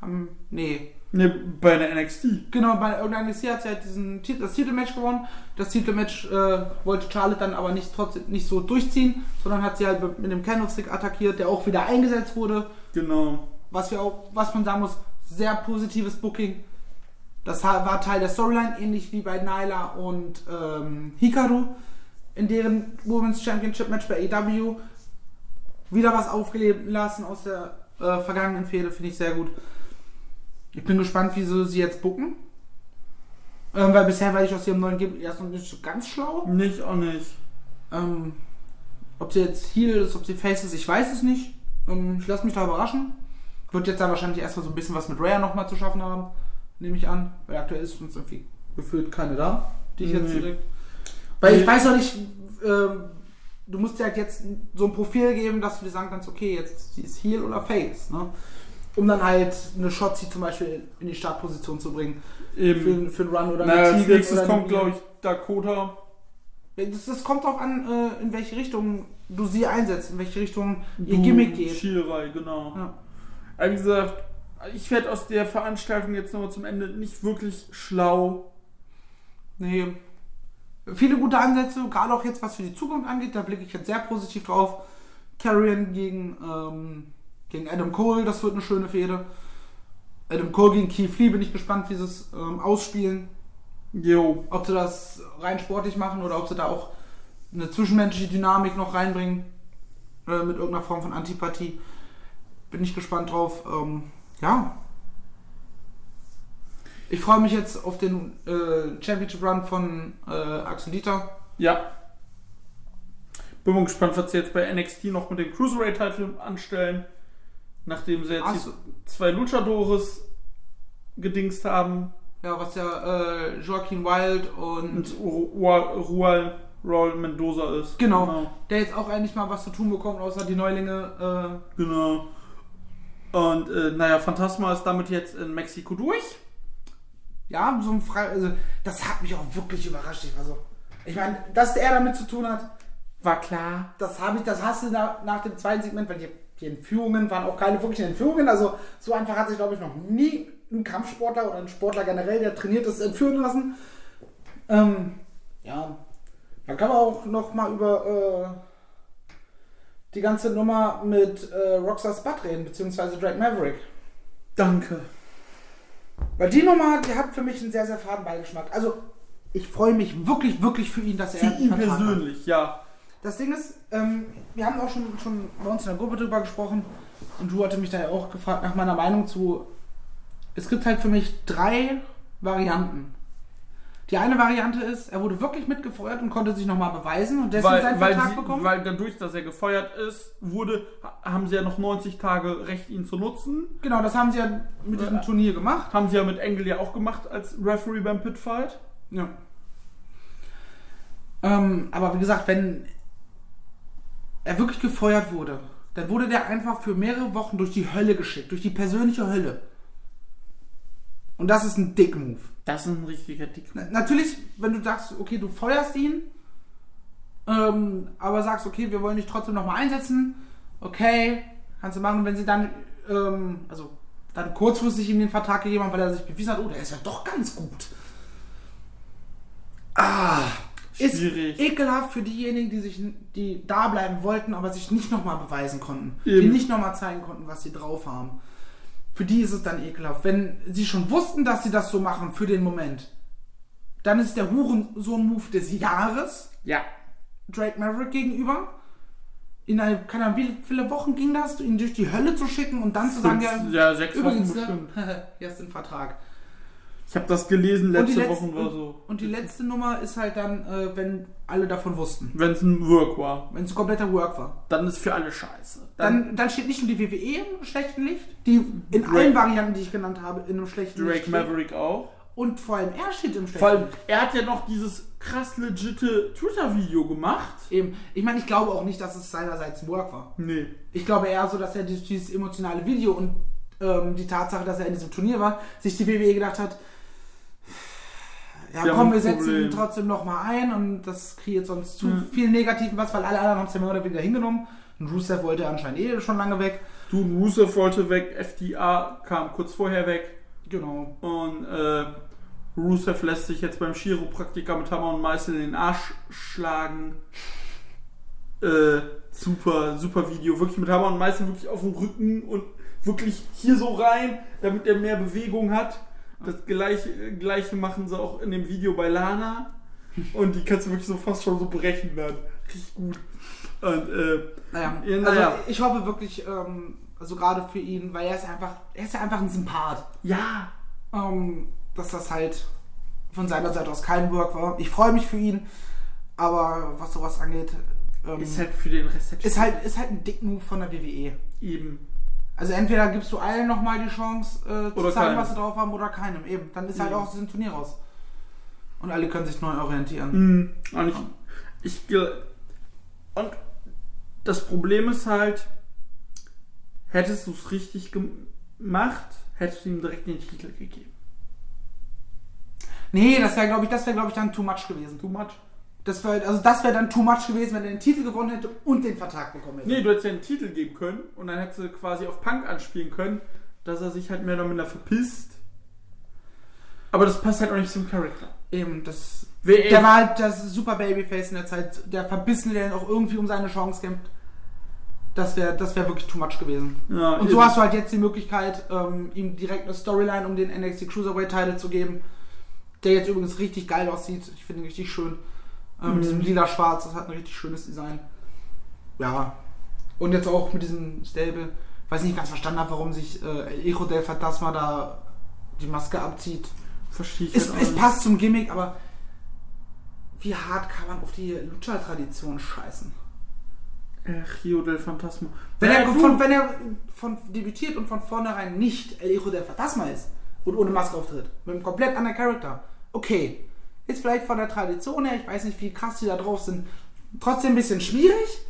S3: Am, nee.
S2: Ne, bei der NXT.
S3: Genau, bei irgendeinem NXT hat sie halt diesen, Tit- das Titelmatch gewonnen. Das Titelmatch äh, wollte Charlotte dann aber nicht, trotzdem, nicht so durchziehen, sondern hat sie halt mit dem Candlestick attackiert, der auch wieder eingesetzt wurde.
S2: Genau.
S3: Was, wir auch, was man sagen muss, sehr positives Booking. Das ha- war Teil der Storyline, ähnlich wie bei Nyla und ähm, Hikaru in deren Women's Championship Match bei AEW. Wieder was aufgeleben lassen aus der äh, vergangenen Fehde, finde ich sehr gut. Ich bin gespannt, wieso sie jetzt bucken. Ähm, weil bisher war ich aus ihrem neuen Gimmick erst noch nicht so ganz schlau.
S2: Nicht auch nicht.
S3: Ähm, ob sie jetzt Heal ist, ob sie Face ist, ich weiß es nicht. Ähm, ich lasse mich da überraschen. Wird jetzt dann wahrscheinlich erstmal so ein bisschen was mit Rhea nochmal zu schaffen haben, nehme ich an. Weil aktuell ist uns irgendwie gefühlt keine da, die ich jetzt
S2: Nee.
S3: direkt. Weil ich
S2: Nee.
S3: weiß noch nicht, ähm, du musst dir halt jetzt so ein Profil geben, dass du dir sagen kannst, okay, jetzt sie ist Heal oder Face, ne? Um dann halt eine Shotzi zum Beispiel in die Startposition zu bringen.
S2: Eben.
S3: Für, für einen Run oder
S2: Na, als
S3: Teagle
S2: nächstes
S3: oder
S2: kommt,
S3: eine-
S2: glaube ich, Dakota.
S3: das, das kommt drauf an, äh, in welche Richtung du sie einsetzt, in welche Richtung ihr
S2: Du,
S3: Gimmick geht.
S2: Shirai, genau.
S3: Ja.
S2: Aber wie gesagt, ich werde aus der Veranstaltung jetzt nochmal zum Ende nicht wirklich schlau.
S3: Nee. Viele gute Ansätze, gerade auch jetzt, was für die Zukunft angeht, da blicke ich jetzt sehr positiv drauf. Carrion gegen, ähm, gegen Adam Cole, das wird eine schöne Fehde. Adam Cole gegen Keith Lee, bin ich gespannt, wie sie es ähm, ausspielen.
S2: Jo.
S3: Ob sie das rein sportlich machen oder ob sie da auch eine zwischenmenschliche Dynamik noch reinbringen. Äh, mit irgendeiner Form von Antipathie. Bin ich gespannt drauf. Ähm, ja. Ich freue mich jetzt auf den äh, Championship Run von äh, Axel Dieter.
S2: Ja. Bin mal gespannt, was sie jetzt bei NXT noch mit dem Cruiserweight-Title anstellen. Nachdem sie jetzt
S3: Ach
S2: die
S3: so.
S2: zwei Luchadores gedingst haben.
S3: Ja, was ja äh, Joaquin Wild und
S2: Und Rual Roll Mendoza ist.
S3: Genau. der jetzt auch endlich mal was zu tun bekommt, außer die Neulinge.
S2: Genau. Und äh, naja, Phantasma ist damit jetzt in Mexiko durch.
S3: Äh, ja, so ein Frei. Also, das hat mich auch wirklich überrascht. Ich war so. Ich meine, dass er damit zu tun hat,
S2: War klar.
S3: Das habe ich, das hast du nach, nach dem zweiten Segment, weil die, die Entführungen waren auch keine wirklichen Entführungen. Also so einfach hat sich, glaube ich, noch nie ein Kampfsportler oder ein Sportler generell, der trainiert ist, entführen lassen. Ähm, ja, dann kann man auch noch mal über äh, die ganze Nummer mit äh, Roxas Butt reden, beziehungsweise Drake Maverick.
S2: Danke.
S3: Weil die Nummer, die hat für mich einen sehr, sehr faden Beigeschmack. Also ich freue mich wirklich, wirklich für ihn, dass er
S2: Für ihn
S3: einen Vertrag hat.
S2: persönlich, ja.
S3: Das Ding ist, ähm, wir haben auch schon, schon bei uns in der Gruppe drüber gesprochen und du hatte mich da ja auch gefragt nach meiner Meinung zu. Es gibt halt für mich drei Varianten. Die eine Variante ist, er wurde wirklich mitgefeuert und konnte sich nochmal beweisen und deswegen seinen
S2: weil,
S3: Vertrag
S2: sie,
S3: bekommen.
S2: weil dadurch, dass er gefeuert ist, wurde, ha- haben sie ja noch 90 Tage Recht, ihn zu nutzen.
S3: genau, das haben sie ja mit diesem Turnier gemacht.
S2: Haben sie ja mit Engel ja auch gemacht als Referee beim Pitfight.
S3: Ja. Ähm, aber wie gesagt, wenn er wirklich gefeuert wurde, dann wurde der einfach für mehrere Wochen durch die Hölle geschickt, durch die persönliche Hölle. Und das ist ein Dick-Move.
S2: Das ist ein richtiger Dick.
S3: Na- Natürlich, wenn du sagst, okay, du feuerst ihn, ähm, aber sagst, okay, wir wollen dich trotzdem nochmal einsetzen, okay, kannst du machen. Und wenn sie dann, ähm, also dann kurzfristig ihm den Vertrag gegeben haben, weil er sich bewiesen hat, oh, der ist ja doch ganz gut. Ah, Ist
S2: Schwierig.
S3: ekelhaft für diejenigen, die sich, die da bleiben wollten, aber sich nicht nochmal beweisen konnten. Die
S2: Eben.
S3: nicht nochmal zeigen konnten, was sie drauf haben. Für die ist es dann ekelhaft. Wenn sie schon wussten, dass sie das so machen für den Moment, dann ist der Hurensohn-Move des Jahres
S2: Ja.
S3: Drake Maverick gegenüber. In eine, keine Ahnung, wie viele Wochen ging das, ihn durch die Hölle zu schicken und dann zu sagen, ja,
S2: ja, sechs
S3: übrigens,
S2: Wochen
S3: ne,
S2: bestimmt.
S3: [LAUGHS] hier ist ein Vertrag.
S2: Ich habe das gelesen letzte
S3: letzten-
S2: Woche oder so.
S3: und die letzte Nummer ist halt dann, äh, wenn alle davon wussten.
S2: Wenn es ein Work war,
S3: Wenn es kompletter Work war.
S2: dann ist für alle scheiße. Dann,
S3: Dann, dann steht nicht nur die WWE im schlechten Licht, die in
S2: Drake-
S3: allen Varianten, die ich genannt habe, in einem schlechten Licht.
S2: Drake
S3: steht.
S2: Maverick auch.
S3: Und vor allem er steht im schlechten
S2: Vor allem,
S3: Licht.
S2: er hat ja noch dieses krass legitte Twitter-Video gemacht.
S3: Eben. Ich meine, ich glaube auch nicht, dass es seinerseits ein Work war.
S2: Nee.
S3: Ich glaube eher so, dass er dieses, dieses emotionale Video und ähm, die Tatsache, dass er in diesem Turnier war, sich die WWE gedacht hat, ja
S2: Wir haben
S3: komm, wir
S2: ein
S3: setzen ihn
S2: Problem. Hm.
S3: trotzdem nochmal ein und das kreiert sonst zu
S2: Ja.
S3: viel negativen was, weil alle anderen haben es ja mehr oder weniger hingenommen. Und Rusev wollte anscheinend eh schon lange weg.
S2: Du, Rusev wollte weg, FDA kam kurz vorher weg.
S3: Genau.
S2: Und äh, Rusev lässt sich jetzt beim Chiropraktiker mit Hammer und Meißel in den Arsch schlagen. Äh, super, super Video. Wirklich mit Hammer und Meißel wirklich auf dem Rücken und wirklich hier so rein, damit er mehr Bewegung hat. Das gleiche, äh, gleiche machen sie auch in dem Video bei Lana. Und die kannst du wirklich so fast schon so brechen dann. Richtig gut. Und äh,
S3: Naja,
S2: Ja,
S3: also
S2: naja.
S3: ich hoffe wirklich, ähm, also gerade für ihn, weil er ist einfach, er ist ja einfach ein Sympath,
S2: ja,
S3: ähm, dass das halt von seiner Seite aus kein Work war. Ich freue mich für ihn, aber was sowas angeht, ähm,
S2: ist halt für den Rest
S3: ist halt, ist halt ein Dick-Move von der WWE.
S2: eben.
S3: Also entweder gibst du allen nochmal die Chance äh, zu
S2: Oder
S3: zeigen,
S2: keinem.
S3: was sie drauf haben, oder keinem. Eben, dann ist halt
S2: Ja.
S3: auch aus diesem Turnier raus. Und alle können sich neu orientieren.
S2: Mhm. Und ich, ich gl- und das Problem ist halt, hättest du es richtig gem- gemacht, hättest du ihm direkt den Titel gegeben.
S3: Nee, das wäre, glaube ich, das wäre, glaube ich, dann too much gewesen.
S2: Too much.
S3: Das wäre, also das wäre dann too much gewesen, wenn er den Titel gewonnen hätte und den Vertrag bekommen hätte.
S2: Nee, du hättest ja einen Titel geben können und dann hättest du quasi auf Punk anspielen können, dass er sich halt mehr oder minder verpisst. Aber das passt halt auch nicht zum Charakter.
S3: Eben, das.
S2: Wer-
S3: Der war halt das super Babyface in der Zeit, der Verbissene, der dann auch irgendwie um seine Chance kämpft. Das wäre das wär wirklich too much gewesen.
S2: Ja,
S3: Und so
S2: eben.
S3: hast du halt jetzt die Möglichkeit, ähm, ihm direkt eine Storyline um den NXT Cruiserweight Title zu geben, der jetzt übrigens richtig geil aussieht. Ich finde ihn richtig schön. Ähm, Mit diesem lila Schwarz, das hat ein richtig schönes Design. Ja. Und jetzt auch mit diesem Stable. Weiß nicht ganz verstanden habe, warum sich äh, El Hijo del Fantasma da die Maske abzieht. Ähm,
S2: Verstehe ich
S3: Es,
S2: halt auch
S3: es
S2: nicht.
S3: passt zum Gimmick, aber wie hart kann man auf die Lucha-Tradition scheißen?
S2: Ach, Äh, Rio del Fantasma.
S3: Wenn,
S2: Ja,
S3: er,
S2: Äh, du-
S3: von, wenn er von debütiert und von vornherein nicht El Hijo del Fantasma ist und ohne Maske auftritt, mit einem komplett anderen Charakter, okay, ist vielleicht von der Tradition her, ich weiß nicht, wie krass die da drauf sind, trotzdem ein bisschen schwierig,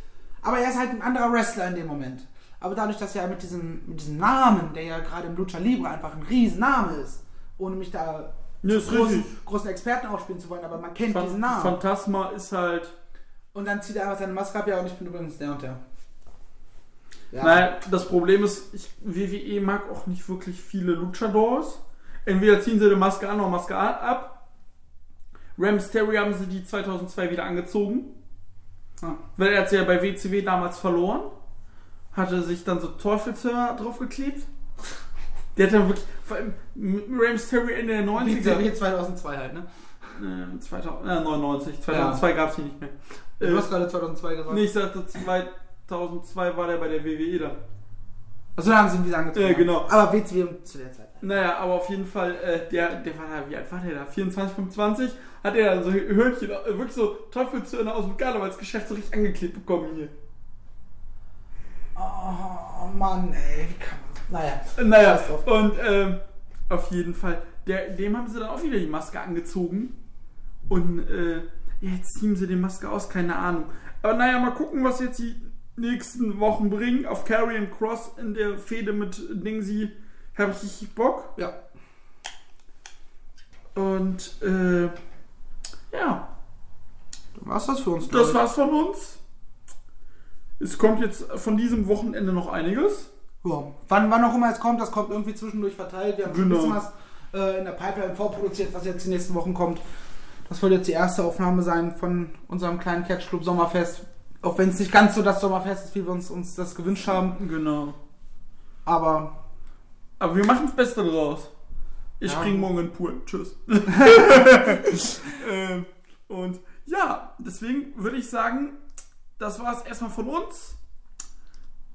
S3: aber er ist halt ein anderer Wrestler in dem Moment. Aber dadurch, dass er mit diesem, mit diesem Namen, der ja gerade im Lucha Libre einfach ein Riesenname ist, ohne mich da
S2: Ja, ist
S3: großen,
S2: richtig.
S3: großen Experten aufspielen zu wollen, aber man kennt diesen
S2: Fan
S3: Namen.
S2: Phantasma ist halt.
S3: Und dann zieht er einfach seine Maske ab, ja, und ich bin übrigens der und der. Ja.
S2: Naja, das Problem ist, ich, WWE mag auch nicht wirklich viele Luchadors. Entweder ziehen sie eine Maske an oder Maske a- ab. Rams Terry haben sie die 2002 wieder angezogen.
S3: Ja.
S2: Weil er hat sie ja bei WCW damals verloren. Hatte sich dann so Teufelshörer draufgeklebt. Der hat dann wirklich. Vor allem mit Rams Terry Ende der 90er.
S3: WCW 2002 halt, ne?
S2: Äh, 2000, äh, 99. 2002 gab es ihn nicht mehr.
S3: Du
S2: Äh,
S3: hast gerade 2002 gesagt.
S2: nee, ich sagte 2002 war der bei der E WWE dann.
S3: Achso, Also da haben sie ihn wieder angezogen.
S2: Ja, genau.
S3: Aber WCW zu der Zeit.
S2: Naja, aber auf jeden Fall, äh, der, der war da, wie alt war der da? 24, 25? Hat er dann so Hörnchen, äh, wirklich so Teufelshörner aus dem Karnevalsgeschäft so richtig angeklebt bekommen hier.
S3: Oh Mann, ey, wie kann man. Naja.
S2: Äh, Naja,
S3: Scheiß drauf.
S2: und ähm, auf jeden Fall, der, dem haben sie dann auch wieder die Maske angezogen. Und äh, ja, jetzt ziehen sie die Maske aus, keine Ahnung. Aber naja, mal gucken, was jetzt die nächsten Wochen bringen. Auf Carrion Cross in der Fehde mit Dingsy habe ich richtig Bock.
S3: Ja.
S2: Und äh, ja,
S3: Was das für uns? glaub
S2: das
S3: ich.
S2: war's von uns. Es kommt jetzt von diesem Wochenende noch einiges.
S3: Ja. Wann, wann auch immer es kommt, das kommt irgendwie zwischendurch verteilt. Wir haben schon ein
S2: Genau.
S3: bisschen was äh, in der Pipeline vorproduziert, was jetzt die nächsten Wochen kommt. Das wird jetzt die erste Aufnahme sein von unserem kleinen Catch Club Sommerfest. Auch wenn es nicht ganz so das Sommerfest ist, wie wir uns, uns das gewünscht haben.
S2: Genau.
S3: Aber
S2: Aber wir machen das Beste draus. Ich
S3: Ja.
S2: spring morgen in den Pool. Tschüss. ähm, und ja, deswegen würde ich sagen, das war es erstmal von uns.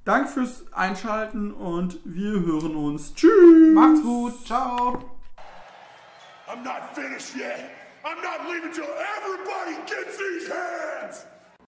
S2: Dank fürs Einschalten und wir hören uns. Tschüss.
S3: macht's gut. Ciao.
S4: I'm not finished yet. I'm not leaving till everybody gets these hands.